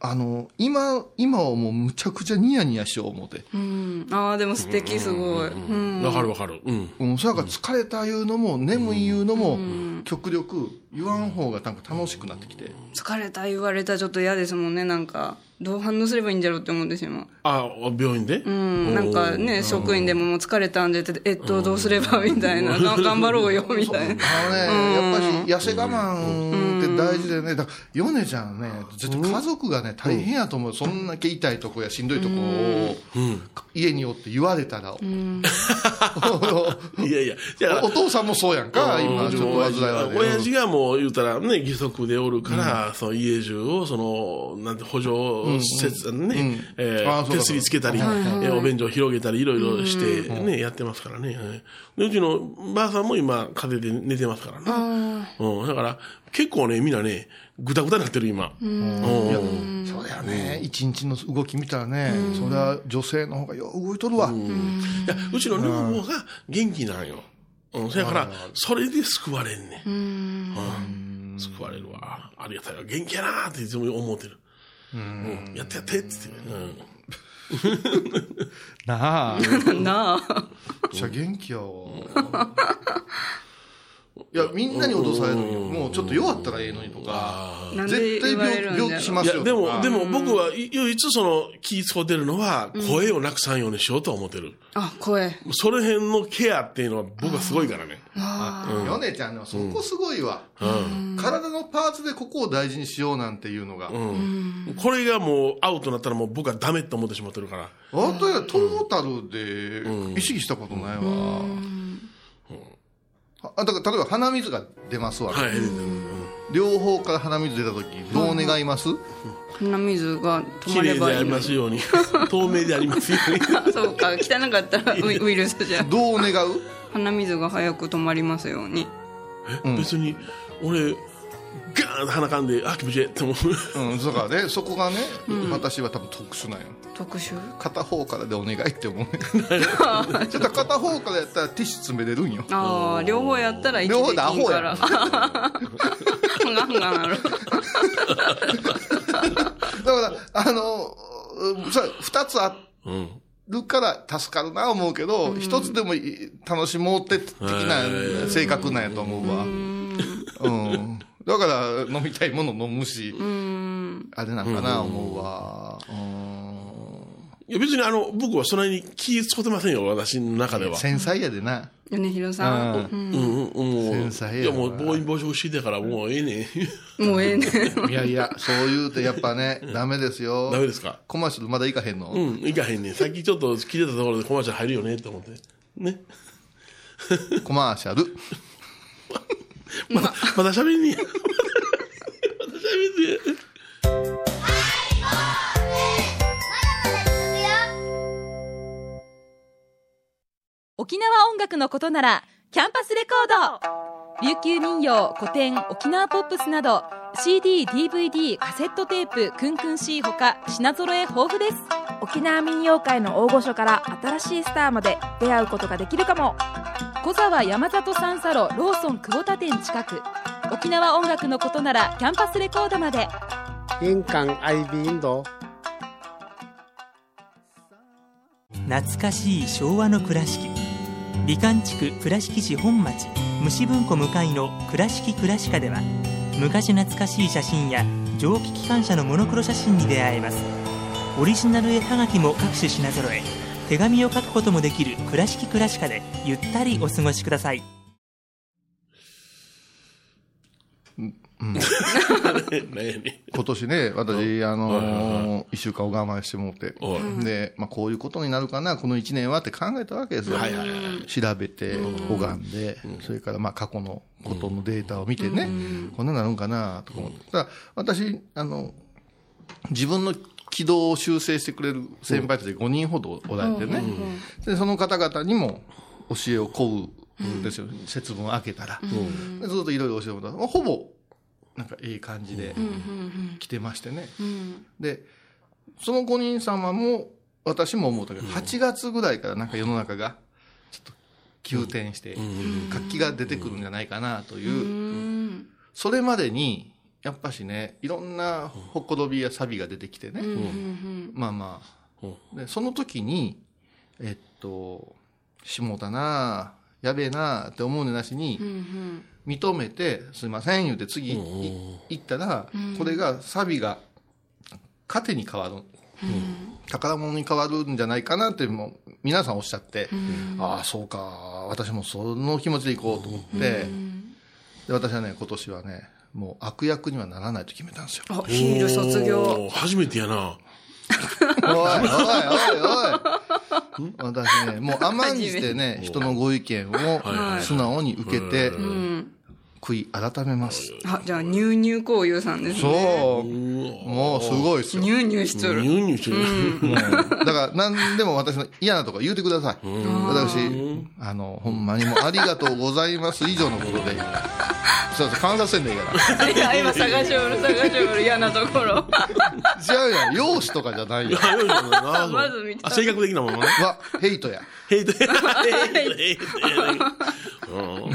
[SPEAKER 4] あの、今、今はもうむちゃくちゃニヤニヤしよう思うて。
[SPEAKER 2] うん。ああ、でも素敵、すごい。うん。
[SPEAKER 3] わかるわかる。うん。
[SPEAKER 4] うん、それから疲れたいうのも、眠いいうのも、極力言わん方がなんか楽しくなってきて。
[SPEAKER 2] 疲れた言われたらちょっと嫌ですもんね、なんか。どう反応すればいいんだろうって思うんですよ、今。
[SPEAKER 3] あ、病院でう
[SPEAKER 2] うん、なんかね、職員でももう疲れたんでって、えっと、どうすればみたい な、が頑張ろうよ、みたいな。
[SPEAKER 4] あのね、やっぱり痩せ我慢って大事でね、だから、ヨネちゃんね、絶対家族がね、大変やと思う。そんだけ痛いとこやしんどいとこを、家におって言われたら。
[SPEAKER 3] いやいや。じゃあ
[SPEAKER 4] お、父さんもそうやんか、今、ちょっと煩いはね
[SPEAKER 3] 親父がもう言うたらね、義足でおるから、その家中を、その、なんて、補助施設、ね、え
[SPEAKER 4] ああ
[SPEAKER 3] ー
[SPEAKER 4] そうだ
[SPEAKER 3] 手すりつけたり、えーお便所を広げたり、いろいろして、ね、やってますからね。はいでうちのばあさんも今、風邪で寝てますからね。うん。だから、結構ね、みんなね、ぐたぐたになってる、今。うん。
[SPEAKER 4] そうだよね。一日の動き見たらね、それは女性の方がよう動いとるわ。
[SPEAKER 3] いや、うちの女房が元気なんよ。うん、そやから、それで救われんねん。うん。救われるわ。ありがたいわ。元気やなーっていつも思ってる。うん。やってやってってって。うん。
[SPEAKER 4] なあ。
[SPEAKER 2] なあ。
[SPEAKER 4] めっちゃ元気やわ。いや、みんなに脅されるんよ。もうちょっと弱ったらええのにとか。
[SPEAKER 2] なんで
[SPEAKER 4] 絶対
[SPEAKER 2] 言われるんだろう
[SPEAKER 4] 病病気しま
[SPEAKER 3] い
[SPEAKER 4] すよ
[SPEAKER 3] や、
[SPEAKER 4] とか。
[SPEAKER 3] でも、でも僕はい唯一その気使うてるのは、声をなくさんようにしようとは思ってる。
[SPEAKER 2] あ、声。
[SPEAKER 3] その辺のケアっていうのは僕はすごいからね。
[SPEAKER 4] ヨネちゃんのそこすごいわ、体のパーツでここを大事にしようなんていうのが、
[SPEAKER 3] うん。これがもうアウトになったらもう僕はダメって思ってしまってるから。
[SPEAKER 4] あとやトータルで意識したことないわ、あだから例えば鼻水が出ますわ、
[SPEAKER 3] はい。
[SPEAKER 4] 両方から鼻水出た時どう願います、
[SPEAKER 2] 鼻水が止
[SPEAKER 3] 綺
[SPEAKER 2] まれ
[SPEAKER 3] 麗で
[SPEAKER 2] ば
[SPEAKER 3] あ
[SPEAKER 2] いい
[SPEAKER 3] り
[SPEAKER 2] の
[SPEAKER 3] ま
[SPEAKER 2] に。
[SPEAKER 3] すように。 透明でありますように。
[SPEAKER 2] そうか、汚かったらウイウイルスじゃん。
[SPEAKER 4] どう願う
[SPEAKER 2] 鼻水が早く止まりますように。
[SPEAKER 3] 別に俺ガーンと鼻かんであ気持ちいいって思う
[SPEAKER 4] うん、だからねそこがね、私は多分特殊なんよ
[SPEAKER 2] 特集
[SPEAKER 4] 片方からでお願いって 思うねちょっと片方からやったらティッシュ詰めれるんよ
[SPEAKER 2] ああ両方やったら一
[SPEAKER 4] 両方でア
[SPEAKER 2] 時
[SPEAKER 4] ホ
[SPEAKER 2] 金か
[SPEAKER 4] や
[SPEAKER 2] らガンガンある
[SPEAKER 4] だからあのうんさ2つあ
[SPEAKER 3] うん
[SPEAKER 4] るから助かるな思うけど、一つでもいい楽しもうって的な性格なんやと思うわ。うん。だから飲みたいもの飲むし、あれなんかな思うわ。うん
[SPEAKER 3] いや別にあの僕はそんなに気使ってませんよ私の中では
[SPEAKER 4] 繊細やでな。
[SPEAKER 2] 米広さん、
[SPEAKER 3] うんうんもう
[SPEAKER 4] 繊細や
[SPEAKER 3] いやもう
[SPEAKER 4] な
[SPEAKER 3] 暴飲暴食してたからもうええねん
[SPEAKER 2] もうええね
[SPEAKER 4] いやいや、そう言うてやっぱね、ダメですよ。
[SPEAKER 3] ダメですか
[SPEAKER 4] コマーシャルまだ行かへんの、
[SPEAKER 3] うんいかへんねんさっきちょっと切れたところでコマーシャル入るよねって思ってね
[SPEAKER 4] コマーシャル。
[SPEAKER 3] まだまだ喋ん ねやまだ喋んねや
[SPEAKER 1] 沖縄音楽のことならキャンパスレコード琉球民謡古典沖縄ポップスなど CDDVD カセットテープクンクン C ほか品揃え豊富です
[SPEAKER 5] 沖縄民謡界の大御所から新しいスターまで出会うことができるかも
[SPEAKER 1] 小沢山里三佐路ローソン久保田店近く沖縄音楽のことならキャンパスレコードまで
[SPEAKER 6] 印鑑 IB インド
[SPEAKER 7] 懐かしい昭和の倉敷美観地区倉敷市本町虫文庫向かいの「倉敷倉歯科」では昔懐かしい写真や蒸気機関車のモノクロ写真に出会えますオリジナル絵はがきも各種品揃え手紙を書くこともできる「倉敷倉歯科」でゆったりお過ごしください
[SPEAKER 3] 何やねん
[SPEAKER 4] 今年ね、私、あ
[SPEAKER 3] はいはい
[SPEAKER 4] のー一週間を我慢してもうて
[SPEAKER 3] おい、
[SPEAKER 4] で、まあ、こういうことになるかな、この一年はって考えたわけですよ。
[SPEAKER 3] はいはいはい
[SPEAKER 4] 調べて、拝んで、それから、まあ、過去のことのデータを見てね、こんなになるんかな、とか思って。ただ、私、あの、自分の軌道を修正してくれる先輩たち5人ほどおられてね、で、その方々にも教えを請うんですよ、節分を開けたら。でずっといろいろ教えてもらった。ほぼ、なんかいい感じで来てましてね。で、その5人様も、私も思ったけど、8月ぐらいからなんか世の中が、ちょっと急転して、活気が出てくるんじゃないかなという、それまでに、やっぱしね、いろんなほころびや錆が出てきてね、まあまあ、でその時に、えっと、下だなあやべえなあって思うのなしに、認めて、すいません、言うて次い行ったら、これが、サビが、糧に変わる。宝物に変わるんじゃないかなって、もう、皆さんおっしゃって、ああ、そうか、私もその気持ちで行こうと思って、で私はね、今年はね、もう悪役にはならないと決めたんですよ。
[SPEAKER 2] あヒール卒業
[SPEAKER 3] おー初めてやな
[SPEAKER 4] おいおいおいおい 私ね、もう甘んじてね、人のご意見を素直に受けて、悔い改めます。
[SPEAKER 2] あじゃあニューニューこうゆうさんですね
[SPEAKER 4] そう、
[SPEAKER 3] う
[SPEAKER 4] もうすごいですよ。
[SPEAKER 2] ニューニューしと
[SPEAKER 3] ニュー
[SPEAKER 2] る
[SPEAKER 3] ニューしてる
[SPEAKER 4] だから何でも私の嫌なとこ言うてください。私、あの、ほんまにもうありがとうございます以上のことで。そうそう、観察せんでいいか
[SPEAKER 2] いや今探しおる探しおる嫌なところ
[SPEAKER 4] ら。違うやん、容姿とかじゃない よ。
[SPEAKER 3] あよいしょ な
[SPEAKER 2] まず見た
[SPEAKER 3] あ性格的なものね
[SPEAKER 4] は、ヘイトや。
[SPEAKER 3] ヘイト、ヘイト、ヘイトやね。 うん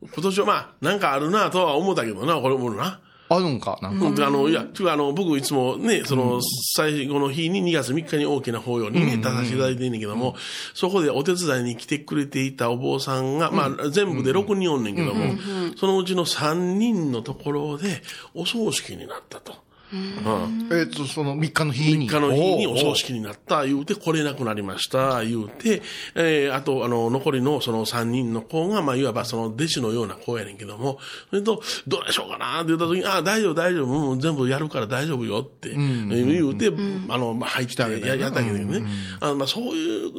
[SPEAKER 3] 今年はまあ、なんかあるなとは思ったけどな、これもな。
[SPEAKER 4] あるんか、なんか。
[SPEAKER 3] うんあの、いや、ていうかあの、僕いつもね、その、最後の日に2月3日に大きな法要にね、出させていただいてんねんけども、そこでお手伝いに来てくれていたお坊さんが、まあ、全部で6人おんねんけども、そのうちの3人のところで、お葬式になったと。うん
[SPEAKER 4] えっと、その3日の日に。
[SPEAKER 3] 3日の日にお葬式になった、言うて、来れなくなりました、言うて、えー、あと、あの、残りのその3人の子が、まあ、いわばその弟子のような子やねんけども、それと、どうでしょうかなって言った時に、ああ、大丈夫、大丈夫、もう全部やるから大丈夫よって、言うて、あの、まあ、入ってややったけどね、あのまあ、そういう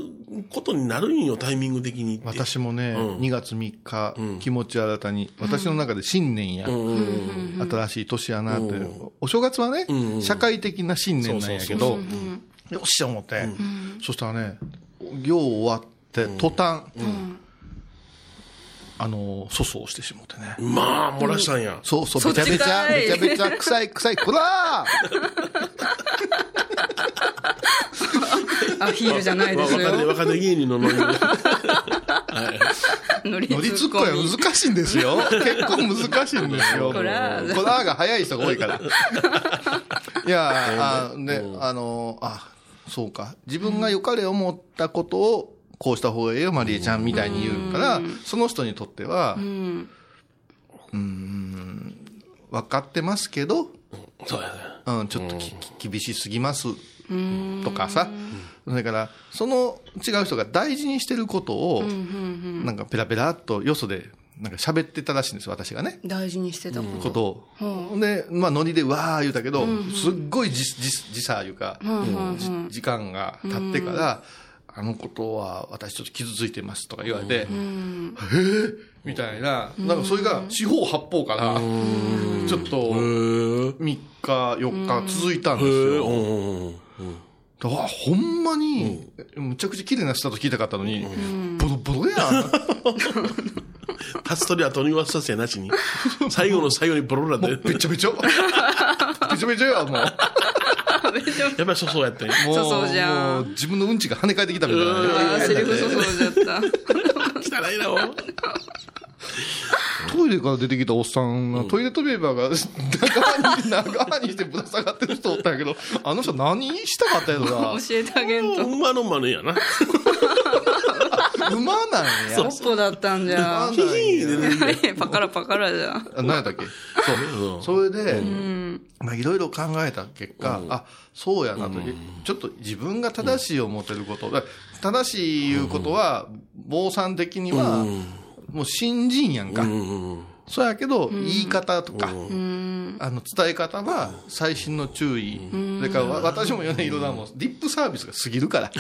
[SPEAKER 3] ことになるんよ、タイミング的にって。
[SPEAKER 4] 私もね、
[SPEAKER 3] うん
[SPEAKER 4] 2月3日、気持ち新たに、私の中で新年や、新しい年やなって、お正月はね、社会的な新年なんやけど、よっしゃ思って、そしたらね、行終わって、途端、あの、粗相してしもうてね。
[SPEAKER 3] まあ、漏らしたんや。
[SPEAKER 4] そうそう、
[SPEAKER 2] そ
[SPEAKER 4] べ
[SPEAKER 2] っち
[SPEAKER 4] ちゃべちゃ、
[SPEAKER 2] かい
[SPEAKER 4] べちゃべちゃ、臭い臭い、こら
[SPEAKER 2] アヒールじゃないです
[SPEAKER 3] わ若手、
[SPEAKER 2] よ。
[SPEAKER 3] 若手芸人の ノリで。
[SPEAKER 2] 乗り
[SPEAKER 4] ー乗りツッコミは難しいんです よ。結構難しいんですよ。
[SPEAKER 2] こらー
[SPEAKER 4] こらーが早い人が多い から。いやー、あーね、あのー、あ、そうか。自分が良かれ思ったことを、こうした方がいいよ、マリエちゃんみたいに言うから、その人にとっては、
[SPEAKER 2] うん。
[SPEAKER 4] 分かってますけど、
[SPEAKER 3] そうやね。
[SPEAKER 4] うん、ちょっとき、き厳しすぎますとかさ、それからその違う人が大事にしてることを、なんかペラペラっとよそでなんか喋ってたらしいんですよ私がね。
[SPEAKER 2] 大事にしてたこと。
[SPEAKER 4] ことを、で、まあ、ノリでわー言うたけど、すっごい時時時差いうか、じ時間が経ってから、あのことは私ちょっと傷ついてますとか言われて、へえみたいな、なんかそれが四方八方から、ちょっと、
[SPEAKER 3] へえ。
[SPEAKER 4] 3日、4日続いたんです
[SPEAKER 3] へえ、
[SPEAKER 4] よ。
[SPEAKER 3] うんうんうん。
[SPEAKER 4] だからほんまに、むちゃくちゃ綺麗な人だと聞いたかったのに、ボロボロやん。
[SPEAKER 3] タストリアトニワスタスやな しに。最後の最後にボロラで。
[SPEAKER 4] も
[SPEAKER 3] や
[SPEAKER 4] う
[SPEAKER 3] っ
[SPEAKER 4] べちょべ ちょ。べちょべちょや、もう。
[SPEAKER 3] ぱりそうそうやったんや。
[SPEAKER 4] もう
[SPEAKER 2] そうそうじゃん
[SPEAKER 4] もう自分のうんちが跳ね返ってきたみたいな
[SPEAKER 3] う
[SPEAKER 4] ね
[SPEAKER 3] ん。
[SPEAKER 2] ああ、セリフ注いじゃった。
[SPEAKER 3] 汚いな、おい
[SPEAKER 4] トイレから出てきたおっさんが、トイレットペーパーが 長に、長にしてぶら下がってる人おったんやけ ど、あの人何したかったやろな。
[SPEAKER 2] 教えてあげんと。
[SPEAKER 3] ほんまの真似やな。
[SPEAKER 4] 馬なんや。
[SPEAKER 2] ポッポだったんじゃ
[SPEAKER 4] 馬
[SPEAKER 2] ん。
[SPEAKER 4] なんや。
[SPEAKER 2] パカラパカラじゃん。
[SPEAKER 4] あ何やったっけそう。それで、まあいろいろ考えた結果、あ、そうやなと、ちょっと自分が正しい思ってること、だから正しいいうことは、坊さん的には、もう新人やんか。そうやけど、言い方とか、あの、伝え方は最新の注意。それからわ私も米色だもん、リップサービスが過ぎるから。
[SPEAKER 2] サ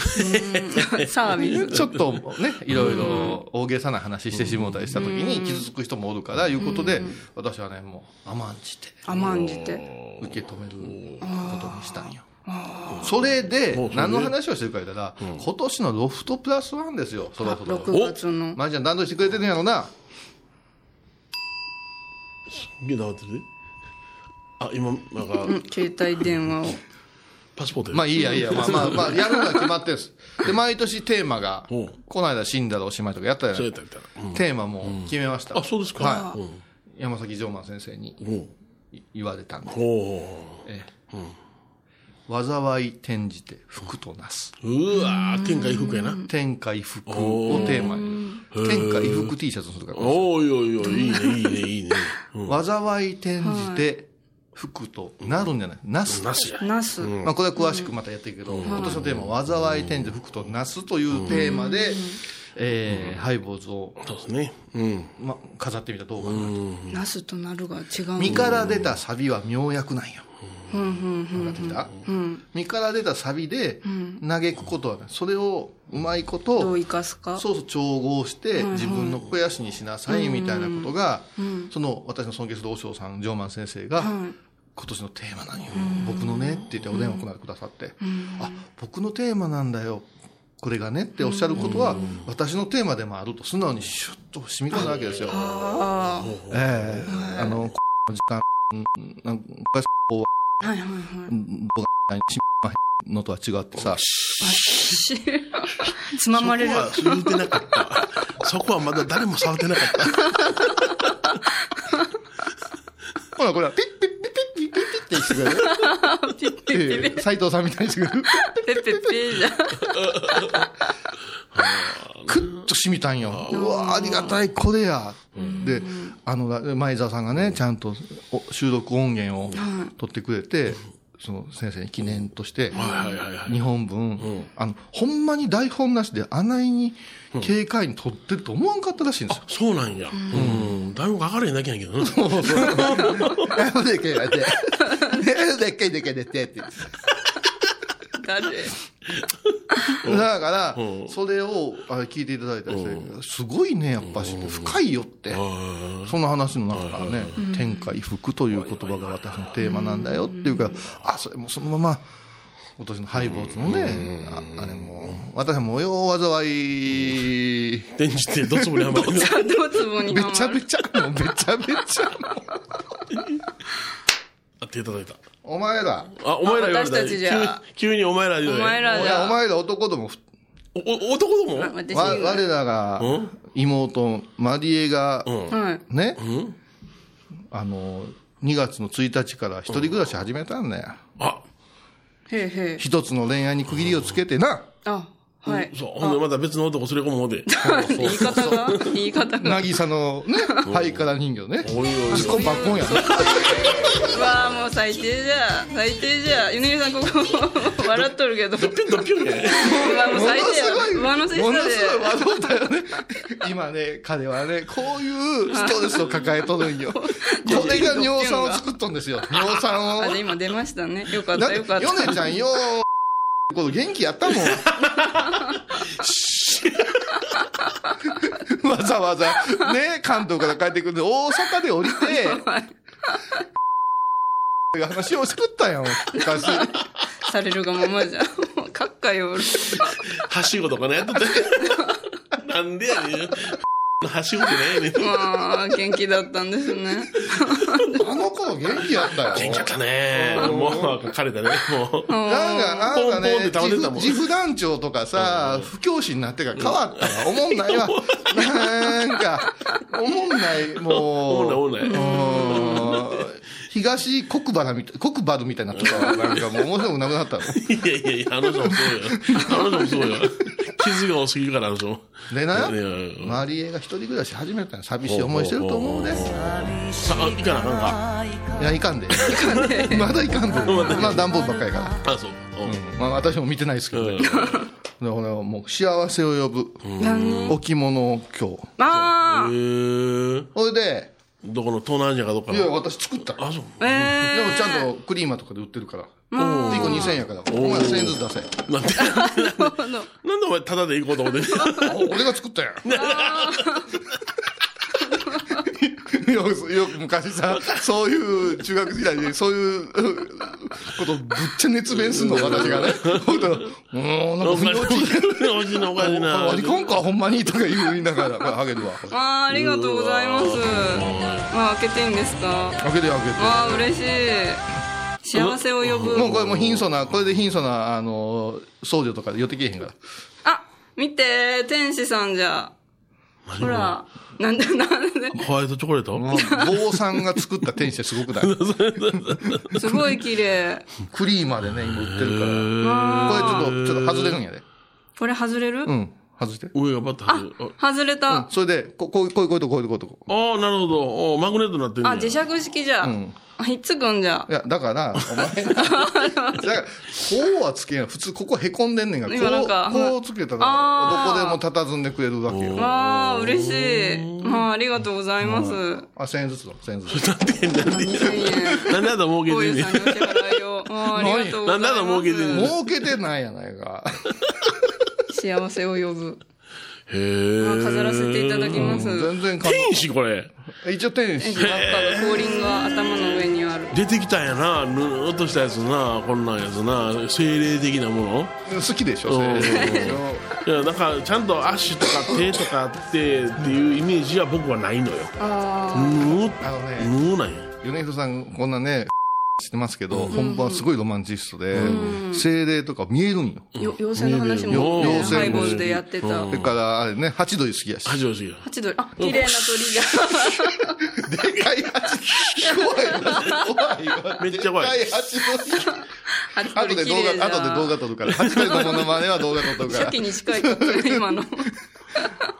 [SPEAKER 2] ービス。
[SPEAKER 4] ちょっとね、いろいろ大げさな話してしもうたりしたときに傷つく人もおるから、いうことで、私はね、もう甘んじて
[SPEAKER 2] 甘んじて。
[SPEAKER 4] 受け止めることにしたんよ。それで、何の話をしてるか言ったら、今年のロフトプラスワンですよ、そろそろ。
[SPEAKER 2] 6月の。
[SPEAKER 4] マジちゃん段取りしてくれてるんやろな。
[SPEAKER 3] いや黙ってるあ、今、なんか
[SPEAKER 2] う、ん、携帯電話を。
[SPEAKER 3] パスポートや
[SPEAKER 4] まあいいやいいや、まあまあ、まあ、やるのは決まってるんです。で、毎年テーマが、この間死んだらおしまいとかやったじゃな
[SPEAKER 3] そう
[SPEAKER 4] い
[SPEAKER 3] やったみたい
[SPEAKER 4] テーマも決めました。
[SPEAKER 3] な。あ、そうですか。。
[SPEAKER 4] はいい。山崎城満先生に
[SPEAKER 3] うん。
[SPEAKER 4] 言われたんで。
[SPEAKER 3] おお
[SPEAKER 4] 災い転じて福となす。
[SPEAKER 3] ー。うわー、天下一服やな。
[SPEAKER 4] 天下一服をテーマに。天下一服 T シャツするから。
[SPEAKER 3] おいおいおい、いいね、いいね、いいね。
[SPEAKER 4] 災い転じて福となるんじゃないなす。
[SPEAKER 3] なしや。
[SPEAKER 2] ナス。
[SPEAKER 4] まあこれは詳しくまたやっていくけど、今年のテーマは災い転じて福となすというテーマで、えー、ハイボーズを、
[SPEAKER 3] そうですね。うん。
[SPEAKER 4] ま、飾ってみた動画になる。
[SPEAKER 2] ナスとなるが違う。
[SPEAKER 4] 身から出たサビは妙薬なんよ。わかってきた身から出たサビで嘆くことはない。それをうまいこと、
[SPEAKER 2] どう生かすか。
[SPEAKER 4] そうそう調合して自分の肥やしにしなさいみたいなことが、その私の尊敬する和尚さん上満先生が、今年のテーマなんよ、僕のねって言ってお電話くださって、あ僕のテーマなんだよこれがねっておっしゃることは、私のテーマでもあると素直にシュッと染み込んだわけですよ。
[SPEAKER 2] あ
[SPEAKER 4] ええあの、この時間、なんか、昔こう
[SPEAKER 2] はいはい
[SPEAKER 4] 僕がしまへんのとは違ってさ、
[SPEAKER 2] あ。つままれる。
[SPEAKER 3] そこは言うてなかった。 そこはまだ誰も触ってなかった。
[SPEAKER 4] ほら、これは、ピッピッピッピッピッピッってしてくれる。
[SPEAKER 2] ピッピッピッ
[SPEAKER 4] 斎藤さんみたいにしてくれる。
[SPEAKER 2] ペッペッペじゃん。
[SPEAKER 4] クッとしみたんよ。うわ、ありがたい、これや。で、あの、前澤さんがね、ちゃんとお収録音源を取ってくれて、その先生に記念として、
[SPEAKER 3] はいはいはい。
[SPEAKER 4] 日本文、あの、ほんまに台本なしで、あないに軽快に撮ってると思わんかったらしいんですよ。
[SPEAKER 3] そうなんや。うん。だいぶかかれへんだけやけどな。
[SPEAKER 4] でけえででけえでけえでけえって。
[SPEAKER 2] 誰
[SPEAKER 4] だから
[SPEAKER 3] う、ん
[SPEAKER 4] それをあれ聞いていただいたりして、すごいね、やっぱし、深いよって、その話の中からね、天下一服という言葉が私のテーマなんだよっていうから、あ、それもそのまま、今年のハイボーズのね、ああれも、私はもうよう災い、
[SPEAKER 3] 電池ってどつぼにはまる。
[SPEAKER 2] どつぼに
[SPEAKER 4] べ
[SPEAKER 2] はまる
[SPEAKER 4] ちゃべちゃ、もうべちゃべちゃ、もう
[SPEAKER 3] あ、手叩いた。
[SPEAKER 4] お前ら、
[SPEAKER 3] あ、お前ら言われた。
[SPEAKER 2] 私たちじゃ
[SPEAKER 3] 急に急にお前ら言
[SPEAKER 2] お
[SPEAKER 3] われた。
[SPEAKER 2] 前ら
[SPEAKER 4] い
[SPEAKER 2] じ
[SPEAKER 4] やお
[SPEAKER 2] ゃ。
[SPEAKER 4] 前ら男ども、
[SPEAKER 3] おお男ども
[SPEAKER 2] あ私
[SPEAKER 4] わ
[SPEAKER 2] が
[SPEAKER 4] 我らが
[SPEAKER 3] うん
[SPEAKER 4] 妹、マリエが、
[SPEAKER 2] はい。
[SPEAKER 4] ね、あの、2月の1日から一人暮らし始めたんだよ。
[SPEAKER 3] あ、
[SPEAKER 2] へえへえ。
[SPEAKER 4] 一つの恋愛に区切りをつけてな、
[SPEAKER 2] あ、はい。
[SPEAKER 3] そう。ほんでまた別の男連れ込む方で。
[SPEAKER 2] 言い方が言い方が。
[SPEAKER 4] 渚のね、ハイカラ人形ね。
[SPEAKER 3] おいおい
[SPEAKER 4] ズコンバッコンやね。
[SPEAKER 2] うわあもう最低じゃん。最低じゃん。ゆねりさんここ 笑っとるけど。う
[SPEAKER 3] ピュンとピュンやね。
[SPEAKER 2] わもう最低や。上乗せ
[SPEAKER 4] もの
[SPEAKER 2] した
[SPEAKER 4] す
[SPEAKER 2] で。
[SPEAKER 4] ごい和道だよね。今ね、彼はね、こういうストレスを抱えとるんよ。これが尿酸を作っとんですよ。尿酸を。
[SPEAKER 2] あ、で今出ましたね。よかっ
[SPEAKER 4] だったて、
[SPEAKER 2] よかっ
[SPEAKER 4] ヨネちゃんよう、この元気やっ たもん。わざわざ、ね、関東から帰ってくるんで、大阪で降り
[SPEAKER 2] た。はい。
[SPEAKER 4] て、話を作ったやん、昔。
[SPEAKER 2] されるがままじゃん。もうかっかよ。
[SPEAKER 3] はしごとかね、やっとって。なんでやねん。はしごってないねん。
[SPEAKER 2] まあ元気だったんですね。
[SPEAKER 4] あの頃元気やったよ。
[SPEAKER 3] 元気やったね。もう、枯れたね。もう。
[SPEAKER 4] なんか、あんか
[SPEAKER 3] ポンポン
[SPEAKER 4] ね
[SPEAKER 3] って倒れてたもん、
[SPEAKER 4] 自負団長とかさ、不教師になってから変わったわ。おもんないわ。なんか、おもんない、もう。
[SPEAKER 3] おもんないおもんない
[SPEAKER 4] うん東国原みたい、国原みたいになってたわ。なんかもう面白くなくなったわ。
[SPEAKER 3] いやいやいや、あの人もそうよ。あの人もそうよ。傷が多すぎるから、あの人も。
[SPEAKER 4] でな、
[SPEAKER 3] いやいや
[SPEAKER 4] マリエが一人暮らし始めたの寂しい思いしてると思うで。
[SPEAKER 3] さあ、行かなあかんか。
[SPEAKER 4] いや、いかんで。 まだいかんで。まあ、段ボールばっかりやから。
[SPEAKER 3] あ、そう。
[SPEAKER 4] まあ、私も見てないですけ
[SPEAKER 3] う
[SPEAKER 4] ど
[SPEAKER 3] ん。う
[SPEAKER 4] ね。
[SPEAKER 3] ん
[SPEAKER 4] だからもう、幸せを呼ぶ。置物を今日。
[SPEAKER 2] まあ
[SPEAKER 3] へえ。
[SPEAKER 4] それで、
[SPEAKER 3] どこの東南アジアかどっか
[SPEAKER 4] いや、
[SPEAKER 3] の。
[SPEAKER 4] 私作った。
[SPEAKER 3] あ、そう。
[SPEAKER 2] え
[SPEAKER 4] でもちゃんとクリーマとかで売ってるから。1個2000円やから。お前1000円ずつ出せ。
[SPEAKER 3] なんで、なんでお前タダで行こうと思って。
[SPEAKER 4] あ俺が作った やん。 よくよく昔さ、そういう中学時代にそういううんことをぶっちゃ熱弁すんの、私が ね。ほんと、もうなんか
[SPEAKER 3] お
[SPEAKER 4] 不
[SPEAKER 3] か
[SPEAKER 4] 良ち
[SPEAKER 3] しいな、おかしいな。
[SPEAKER 4] 割り込んか、ほんまにとか言いながら、これハゲるわ。
[SPEAKER 2] ー、あーありがとうございます。まあ開けていいんですか。
[SPEAKER 4] 開けて開けて。
[SPEAKER 2] わあ嬉しい。幸せを呼ぶ。
[SPEAKER 4] もうこれもう貧相な、これで貧相な、あの、僧侶とかで寄ってけえへんから。
[SPEAKER 2] あ、見て、天使さんじゃ。ほら、なんで、 なんで、
[SPEAKER 3] ホワイトチョコレート
[SPEAKER 4] も う坊さんが作った天使すごくない
[SPEAKER 2] すごい綺麗。
[SPEAKER 4] クリーマーでね、今売ってるから。これちょっと、ちょっと外れるんやで。
[SPEAKER 2] これ外れる、
[SPEAKER 4] うん。外して。
[SPEAKER 3] 上がバッと入る。あ
[SPEAKER 2] 外れた。
[SPEAKER 4] それで、ここう、こういうこういうとこ、こういうとこ、こういうとこ。
[SPEAKER 3] あー、なるほど。おマグネットになってんねや
[SPEAKER 2] あ、磁石式じゃ。あ、いつくんじゃ
[SPEAKER 4] い。や、だから、お前、だから、こうはつけん。普通、ここへこんでんねんが、こ
[SPEAKER 2] 今なんか
[SPEAKER 4] う、こうつけたら、
[SPEAKER 2] あー
[SPEAKER 4] どこでも佇んでくれるわけよ。
[SPEAKER 2] わあ、嬉しい。まあ、ありがとうございます。1000
[SPEAKER 4] あ、1000円ずつだ、1000円ずつ。
[SPEAKER 2] 円。
[SPEAKER 3] なんであんた儲け
[SPEAKER 2] こう
[SPEAKER 3] て
[SPEAKER 2] い
[SPEAKER 3] ん
[SPEAKER 2] う
[SPEAKER 3] ねん
[SPEAKER 2] さん。にお支払いを。あありがとうございます。
[SPEAKER 3] 何なんだ儲けてんの
[SPEAKER 4] 儲けてないやないか。
[SPEAKER 2] 幸せを呼ぶ。
[SPEAKER 3] へ
[SPEAKER 2] まあ、
[SPEAKER 3] ー
[SPEAKER 2] 飾らせていただきます。輪っ
[SPEAKER 4] 全然か
[SPEAKER 3] 天使これ。
[SPEAKER 4] 一応天使。
[SPEAKER 2] かが、後輪が頭の上にある。
[SPEAKER 3] 出てきたんやな。ぬーっとしたやつな。こんなんやつな。精霊的なもの
[SPEAKER 4] 好きでしょ、
[SPEAKER 3] うん
[SPEAKER 4] 1000円
[SPEAKER 3] いや、なんか、ちゃんと足とか手とかあってっていうイメージは僕はないのよ。
[SPEAKER 2] あ
[SPEAKER 3] ぬー
[SPEAKER 4] あのね、
[SPEAKER 3] ぬーなんや。
[SPEAKER 4] 米広さん、こんなね、してますけど、本番はすごいロマンチストで、精霊とか見えるんよ。
[SPEAKER 2] あ、よ妖精の話も、
[SPEAKER 3] 妖
[SPEAKER 4] 精
[SPEAKER 2] ハイボーズでやってた。
[SPEAKER 4] だから、あれね、ハチドリ好きやし。
[SPEAKER 3] 八王子が。
[SPEAKER 2] 八ドル。あ、綺麗な鳥が。
[SPEAKER 4] でかいハチ、怖いわ、怖いわ。
[SPEAKER 3] めっちゃ怖い
[SPEAKER 4] でかいハチドリ。
[SPEAKER 2] 八
[SPEAKER 4] 後
[SPEAKER 2] 鳥
[SPEAKER 4] で
[SPEAKER 2] 綺
[SPEAKER 4] 動
[SPEAKER 2] 麗じ
[SPEAKER 4] 画、
[SPEAKER 2] ゃ
[SPEAKER 4] 後で動画撮るから。ハチドリのモノマネは動画撮るから
[SPEAKER 2] 初。期に近いことね今 の。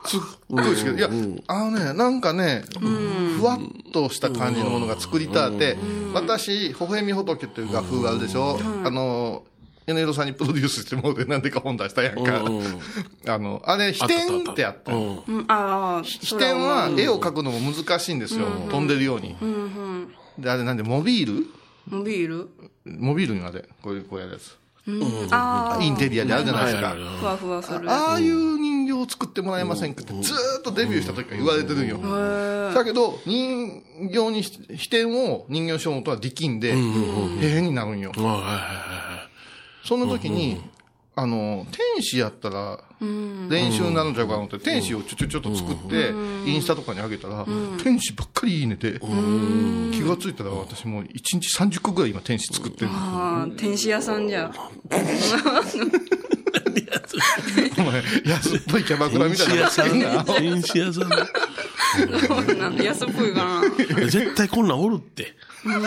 [SPEAKER 4] すっごい好きで。いや、あのね、なんかね、ふわっとした感じのものが作りたって、私、微笑み仏っていう楽風があるでしょあの、米広さんにプロデュースしてもうて、なんでか本出したやんか。あの、あれ、飛天ってあった。
[SPEAKER 3] うん。
[SPEAKER 2] うんああ、
[SPEAKER 4] 飛
[SPEAKER 2] 視
[SPEAKER 4] 天は絵を描くのも難しいんですよ。飛んでるように。で、あれなんで、モビール
[SPEAKER 2] ビール
[SPEAKER 4] モビールにあれ、こういう、こういうやつ。
[SPEAKER 2] あ
[SPEAKER 4] インテリアであるじゃな
[SPEAKER 3] は
[SPEAKER 4] いで
[SPEAKER 3] い
[SPEAKER 4] す
[SPEAKER 3] は
[SPEAKER 4] か
[SPEAKER 3] い。
[SPEAKER 2] あ、ふわふわする。
[SPEAKER 4] ああいう人形を作ってもらえませんかって、ずーっとデビューした時から言われてるんよ。だけど、人形にし、飛天を人形にしようとはできんで、へえになるんよ。
[SPEAKER 3] はい。はいはいはい。
[SPEAKER 4] その時に、あの、天使やったら、練習になるんちゃうかなと思って、天使をちょちょちょっと作って、インスタとかに上げたら、天使ばっかりいいねで、気がついたら私もう1日30個ぐらい今天使作ってる。
[SPEAKER 2] ああ、天使屋さん じゃ。
[SPEAKER 4] お前、 安っぽいキャバクラみたいな。
[SPEAKER 3] さんだ。天使屋さんだ。
[SPEAKER 2] こんなん安っぽいか
[SPEAKER 3] 絶対こんなんおるって。
[SPEAKER 2] な。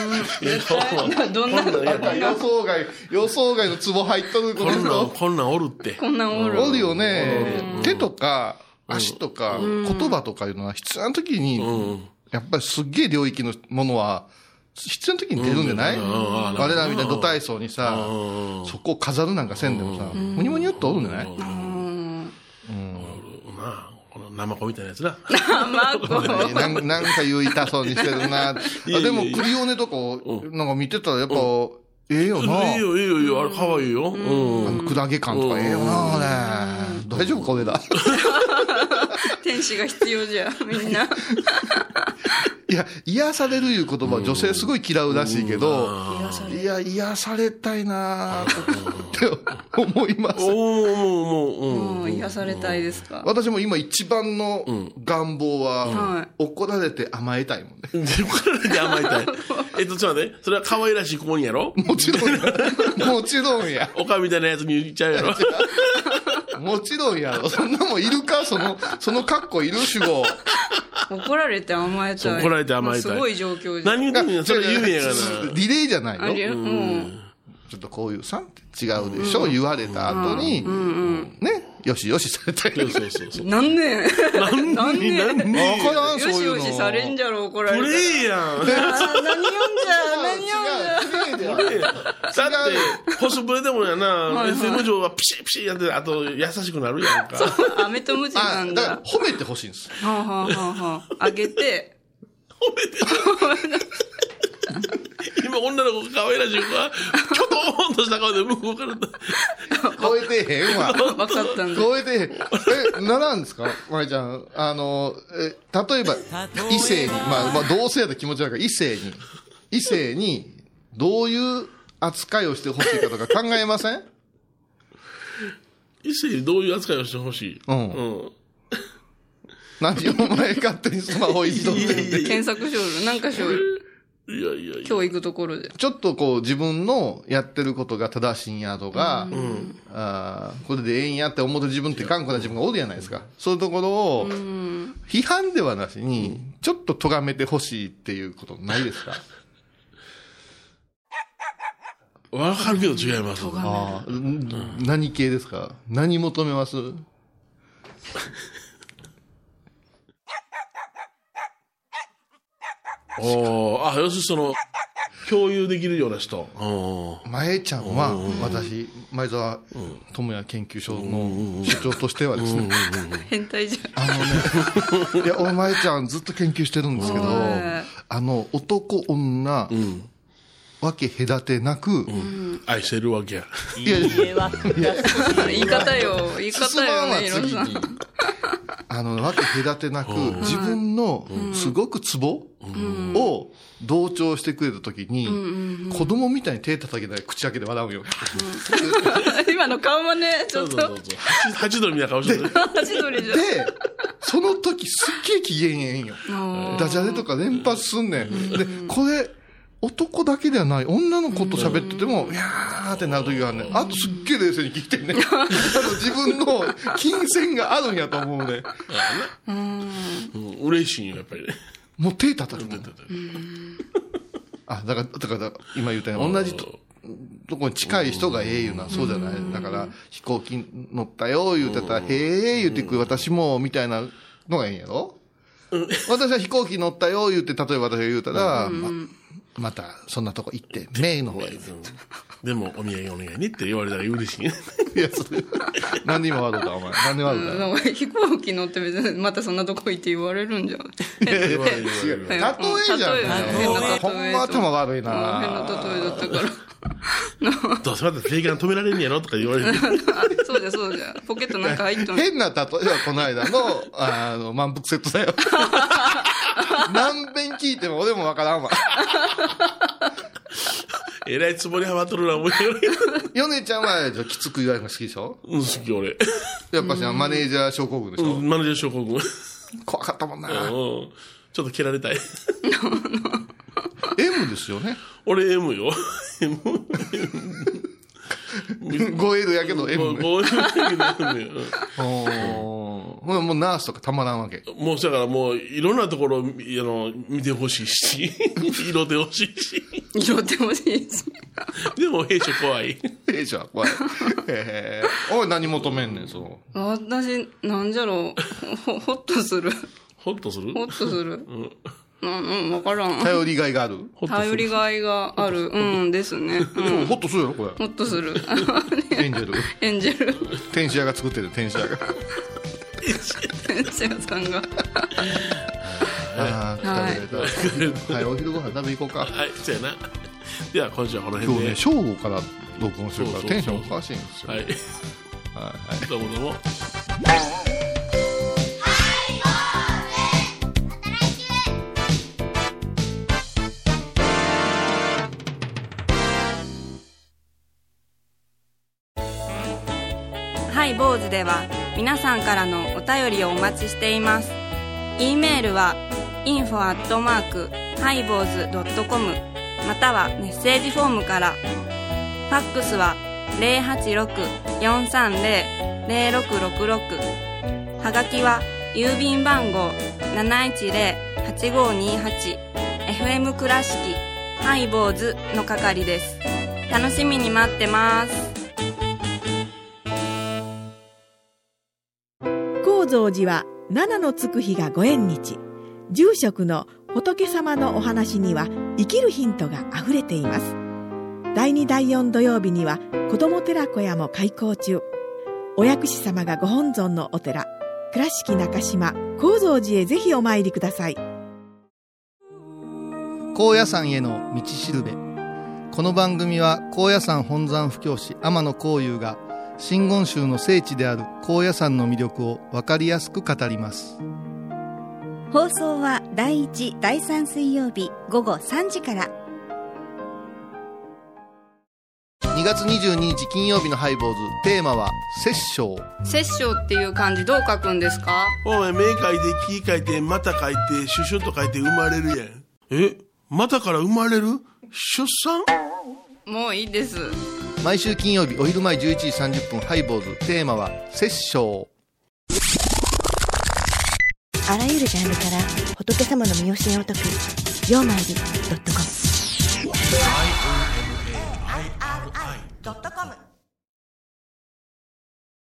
[SPEAKER 2] どんな、
[SPEAKER 4] やっぱ 予想外、予想外のツボ入っとるこ
[SPEAKER 3] こ
[SPEAKER 4] の
[SPEAKER 3] んなん、
[SPEAKER 4] 人。
[SPEAKER 3] こんなんおるって。
[SPEAKER 2] こんなんおる。
[SPEAKER 4] おるよね。手とか、足とか、言葉とかいうのは必要な時に、やっぱりすっげえ領域のものは、必要な時に出るんじゃない、
[SPEAKER 3] うん
[SPEAKER 4] 我らみたいな土体操にさ、そこを飾るなんかせんでもさ、むにゅむにゅっとおるんじゃない、
[SPEAKER 3] まあ、このナマコみたいなやつな。
[SPEAKER 2] まあ、こう。
[SPEAKER 4] なんなんか言いたそうにしてるな。あ
[SPEAKER 3] いやい
[SPEAKER 4] で
[SPEAKER 3] や
[SPEAKER 4] も、クリオネとかを、なんか見てたらやっぱ、ええよな。
[SPEAKER 3] いいよ、いいよ、いいよ、あれ可愛いよ。うん。
[SPEAKER 4] あのクラゲ感とかええよな、あれ。大丈夫か、俺ら。
[SPEAKER 2] 天使が必要じゃ、みんな。
[SPEAKER 4] いや、癒されるいう言葉は女性すごい嫌うらしいけど、いや、癒されたいなぁって思います。
[SPEAKER 3] おー、もう、もう、うん。
[SPEAKER 2] もう癒されたいですか。
[SPEAKER 4] 私も今一番の願望
[SPEAKER 2] は、
[SPEAKER 4] はい怒られて甘えたいもんね。
[SPEAKER 3] 自分で甘えたい。 えっと、ちょっと待って。それは可愛らしい子にや ろ
[SPEAKER 4] もちろんや。もちろんや。
[SPEAKER 3] おかみたいなやつに言っちゃうやろ
[SPEAKER 4] もちろんやろ。そんなもんいるかその、その格好いる主 語。
[SPEAKER 2] 怒られて甘えたい。
[SPEAKER 3] 怒られて甘えたい
[SPEAKER 2] もうすごい状況じゃ。
[SPEAKER 3] 何言ってんのよそれ言うんやがな。
[SPEAKER 4] リレーじゃない
[SPEAKER 2] あれ
[SPEAKER 4] よ。
[SPEAKER 2] うん。
[SPEAKER 4] ちょっとこういうさんって違うでしょ、言われた後に、ね、よしよしされたい。
[SPEAKER 3] そうそうそうそう。
[SPEAKER 2] なんで
[SPEAKER 3] なん
[SPEAKER 2] なん
[SPEAKER 3] で
[SPEAKER 2] で
[SPEAKER 3] なんで
[SPEAKER 4] わからん、そう
[SPEAKER 2] よし
[SPEAKER 4] いうの。
[SPEAKER 2] よしされんじゃろ、怒られ
[SPEAKER 3] プ
[SPEAKER 2] て。
[SPEAKER 3] レイやん。だ
[SPEAKER 2] あー何読んじゃ、何読んじゃ。
[SPEAKER 4] 違う。プレイでは
[SPEAKER 3] って、コスプレでもやな、SM 上はピシッピシッやって、あと優しくなるやんか。
[SPEAKER 2] アメとムチな
[SPEAKER 4] あ
[SPEAKER 2] ん
[SPEAKER 4] だ
[SPEAKER 2] だ。
[SPEAKER 4] から
[SPEAKER 2] は
[SPEAKER 4] 褒めてほしいんです。
[SPEAKER 2] あ、はあはあはあ、あげて。
[SPEAKER 3] 今女の子可愛らしい子が、キョトーンとした顔で向こうから、
[SPEAKER 4] 超えてへんわ。
[SPEAKER 2] 分かったんだ。
[SPEAKER 4] 超えてへん。え、ならんですかまいちゃん。あの、え、例えば、異性に、まあ、まあ、同性やと気持ち悪いから、異性に、異性に、どういう扱いをしてほしいかとか考えません
[SPEAKER 3] 一世にどういう扱いをしてほしい。
[SPEAKER 4] うん
[SPEAKER 3] うん。
[SPEAKER 4] 何お前勝手にスマホいじっとってんで。
[SPEAKER 2] 検索しょる。なんかしょる。
[SPEAKER 3] いやいやいや。
[SPEAKER 2] 今日行くところで。
[SPEAKER 4] ちょっとこう自分のやってることが正しいんやとか、あーこれでええんやって思ってる自分って頑固な自分がおるじゃないですか。そういうところを、批判ではなしに、ちょっと咎めてほしいっていうことないですか
[SPEAKER 3] わかるけど違います。
[SPEAKER 4] あーん何系ですか何求めます
[SPEAKER 3] おーあ、要するにその、共有できるような人。うん。
[SPEAKER 4] 前ちゃんは、私、前澤智也研究所の所長としてはですね、
[SPEAKER 2] 変態じゃん。
[SPEAKER 4] いや、俺、前ちゃんずっと研究してるんですけど、
[SPEAKER 2] はい
[SPEAKER 4] あの、男、女、わけ隔てなく、
[SPEAKER 3] 愛してるわけや。
[SPEAKER 4] いや、
[SPEAKER 2] 言い方よ。言い
[SPEAKER 4] 進
[SPEAKER 2] 方
[SPEAKER 4] まん
[SPEAKER 2] よ
[SPEAKER 4] は
[SPEAKER 2] ね、いろ
[SPEAKER 4] 次
[SPEAKER 2] んな。
[SPEAKER 4] に。あの、わけ隔てなく、自分のすごくツボを同調してくれたときに、子供みたいに手叩きながら口開けて笑うよ。
[SPEAKER 2] 今の顔もね、ち
[SPEAKER 3] そ
[SPEAKER 2] ょっ
[SPEAKER 3] うそうそ
[SPEAKER 2] と
[SPEAKER 3] うそ、う。八八ドルみたいな顔してる。
[SPEAKER 2] ハチドリじゃん。
[SPEAKER 4] で、その時すっげえ機嫌ええんよ。ダジャレとか連発すんねん。で、これ、男だけではない、女の子と喋ってても、いやーってなる時があるねん。あとすっげえ冷静に聞いて んねん。あと自分の金銭があるんやと思うね。
[SPEAKER 3] うん嬉しいんよ、やっぱりね。
[SPEAKER 4] もう手叩くもん。あ、だから、だから、だから今言ったように、同じととこに近い人がええいうのはそうじゃない。だから、飛行機乗ったよ、言うてたら、へえ、言うてくる、私も、みたいなのがええんやろ私は飛行機乗ったよ、言うて、例えば私が言うたら、ままた、そんなとこ行って、メインの方がいい。
[SPEAKER 3] うんでも、お土産お願いねって言われたら嬉しい。
[SPEAKER 4] いや、それ、何で今笑うた、お前。何で笑うた。
[SPEAKER 2] なんか飛行機乗って別にまたそんなとこ行って言われるんじゃん。
[SPEAKER 3] 言われる言われる
[SPEAKER 4] 例えじゃん
[SPEAKER 2] 例えね変な例え
[SPEAKER 4] ほんま頭悪い
[SPEAKER 2] 変
[SPEAKER 4] な
[SPEAKER 2] な例えだったから。
[SPEAKER 3] どうせまた税関止められんやろとか言われる。
[SPEAKER 2] あそうじゃそうじゃ。ポケットなんか入っとん
[SPEAKER 4] 変な例えはこの 間の、あの、満腹セットだよ。 何遍聞いても俺もわからんわ。
[SPEAKER 3] えらいつぼにはまっとるな、思いながら。
[SPEAKER 4] 米ちゃんは、じゃあきつく言われるの好きでしょ
[SPEAKER 3] うん、好き、俺。
[SPEAKER 4] やっぱし、マネージャー症候群でし
[SPEAKER 3] う
[SPEAKER 4] ょ
[SPEAKER 3] ん、マネージャー症候群。うん
[SPEAKER 4] 怖かったもんな。
[SPEAKER 3] ちょっと蹴られたい。
[SPEAKER 4] M ですよね。
[SPEAKER 3] 俺 M よ。M。
[SPEAKER 4] 5L やけど M ね。
[SPEAKER 3] こういう M よ
[SPEAKER 4] おーほなもうナースとかたまらんわけ。
[SPEAKER 3] うんもう、だからもう、いろんなところ、あの、見てほしいし、 色でほしいし。
[SPEAKER 2] 拾ってほしいし。
[SPEAKER 3] でも、弊社怖い。
[SPEAKER 4] 弊社は怖い。えー、おい、何求めんねん、その。
[SPEAKER 2] 私、なんじゃろう。ほ、ほっとする。
[SPEAKER 3] ホッとする
[SPEAKER 2] ほっとする。うん、うん、わからん。
[SPEAKER 4] 頼りがいがある。
[SPEAKER 3] ホッとす
[SPEAKER 2] 頼
[SPEAKER 3] る
[SPEAKER 2] りがいがある。うん、ですね。うん。
[SPEAKER 4] ほっとするやろ、これ。
[SPEAKER 2] ほっとする。
[SPEAKER 4] エンジェル。
[SPEAKER 2] エンジェル。
[SPEAKER 4] 天使屋が作ってる、天使屋 が。
[SPEAKER 2] エンジェルさんが。
[SPEAKER 4] あー疲れた。はい、お昼ご飯食べ行こうか。
[SPEAKER 3] はい、そうやな。 では、今週はこの
[SPEAKER 4] 今
[SPEAKER 3] 辺
[SPEAKER 4] 日
[SPEAKER 3] で。
[SPEAKER 4] ね、正午から録音するか
[SPEAKER 3] そうそうそう
[SPEAKER 4] ら、テンションおかしいんですよ。
[SPEAKER 3] はい。
[SPEAKER 4] はい
[SPEAKER 3] どうもどうも。
[SPEAKER 2] ハイボーズでは皆さんからのお便りをお待ちしています。e メールは info アットマークハイボーズドットコムまたはメッセージフォームから。ファックスは086-430-0666はがきは郵便番号710-8528 FM 倉敷ハイボーズの係です。楽しみに待ってます。
[SPEAKER 8] 高蔵寺は七のつく日がご縁日住職の仏様のお話には生きるヒントがあふれています第2第4土曜日には子ども寺小屋も開校中お薬師様がご本尊のお寺倉敷中島・高蔵寺へぜひお参りください
[SPEAKER 9] 高野山への道しるべこの番組は高野山本山布教師天野幸雄が真言宗の聖地である高野山の魅力を分かりやすく語ります
[SPEAKER 10] 放送は第1、第3水曜日午後3時から。
[SPEAKER 9] 2月22日金曜日のハイボーズテーマは「殺生」
[SPEAKER 2] 殺生っていう漢字どう書くんですか
[SPEAKER 3] お前、目書いて、木書いて、また書いて、シュシュと書いて生まれるやん。えまたから生まれる出産
[SPEAKER 2] もういいです
[SPEAKER 9] 毎週金曜日お昼前11時30分ハイボーズテーマは「殺生」
[SPEAKER 11] あらゆるジャンルから仏様の身教えを解く「曜マイドットコム」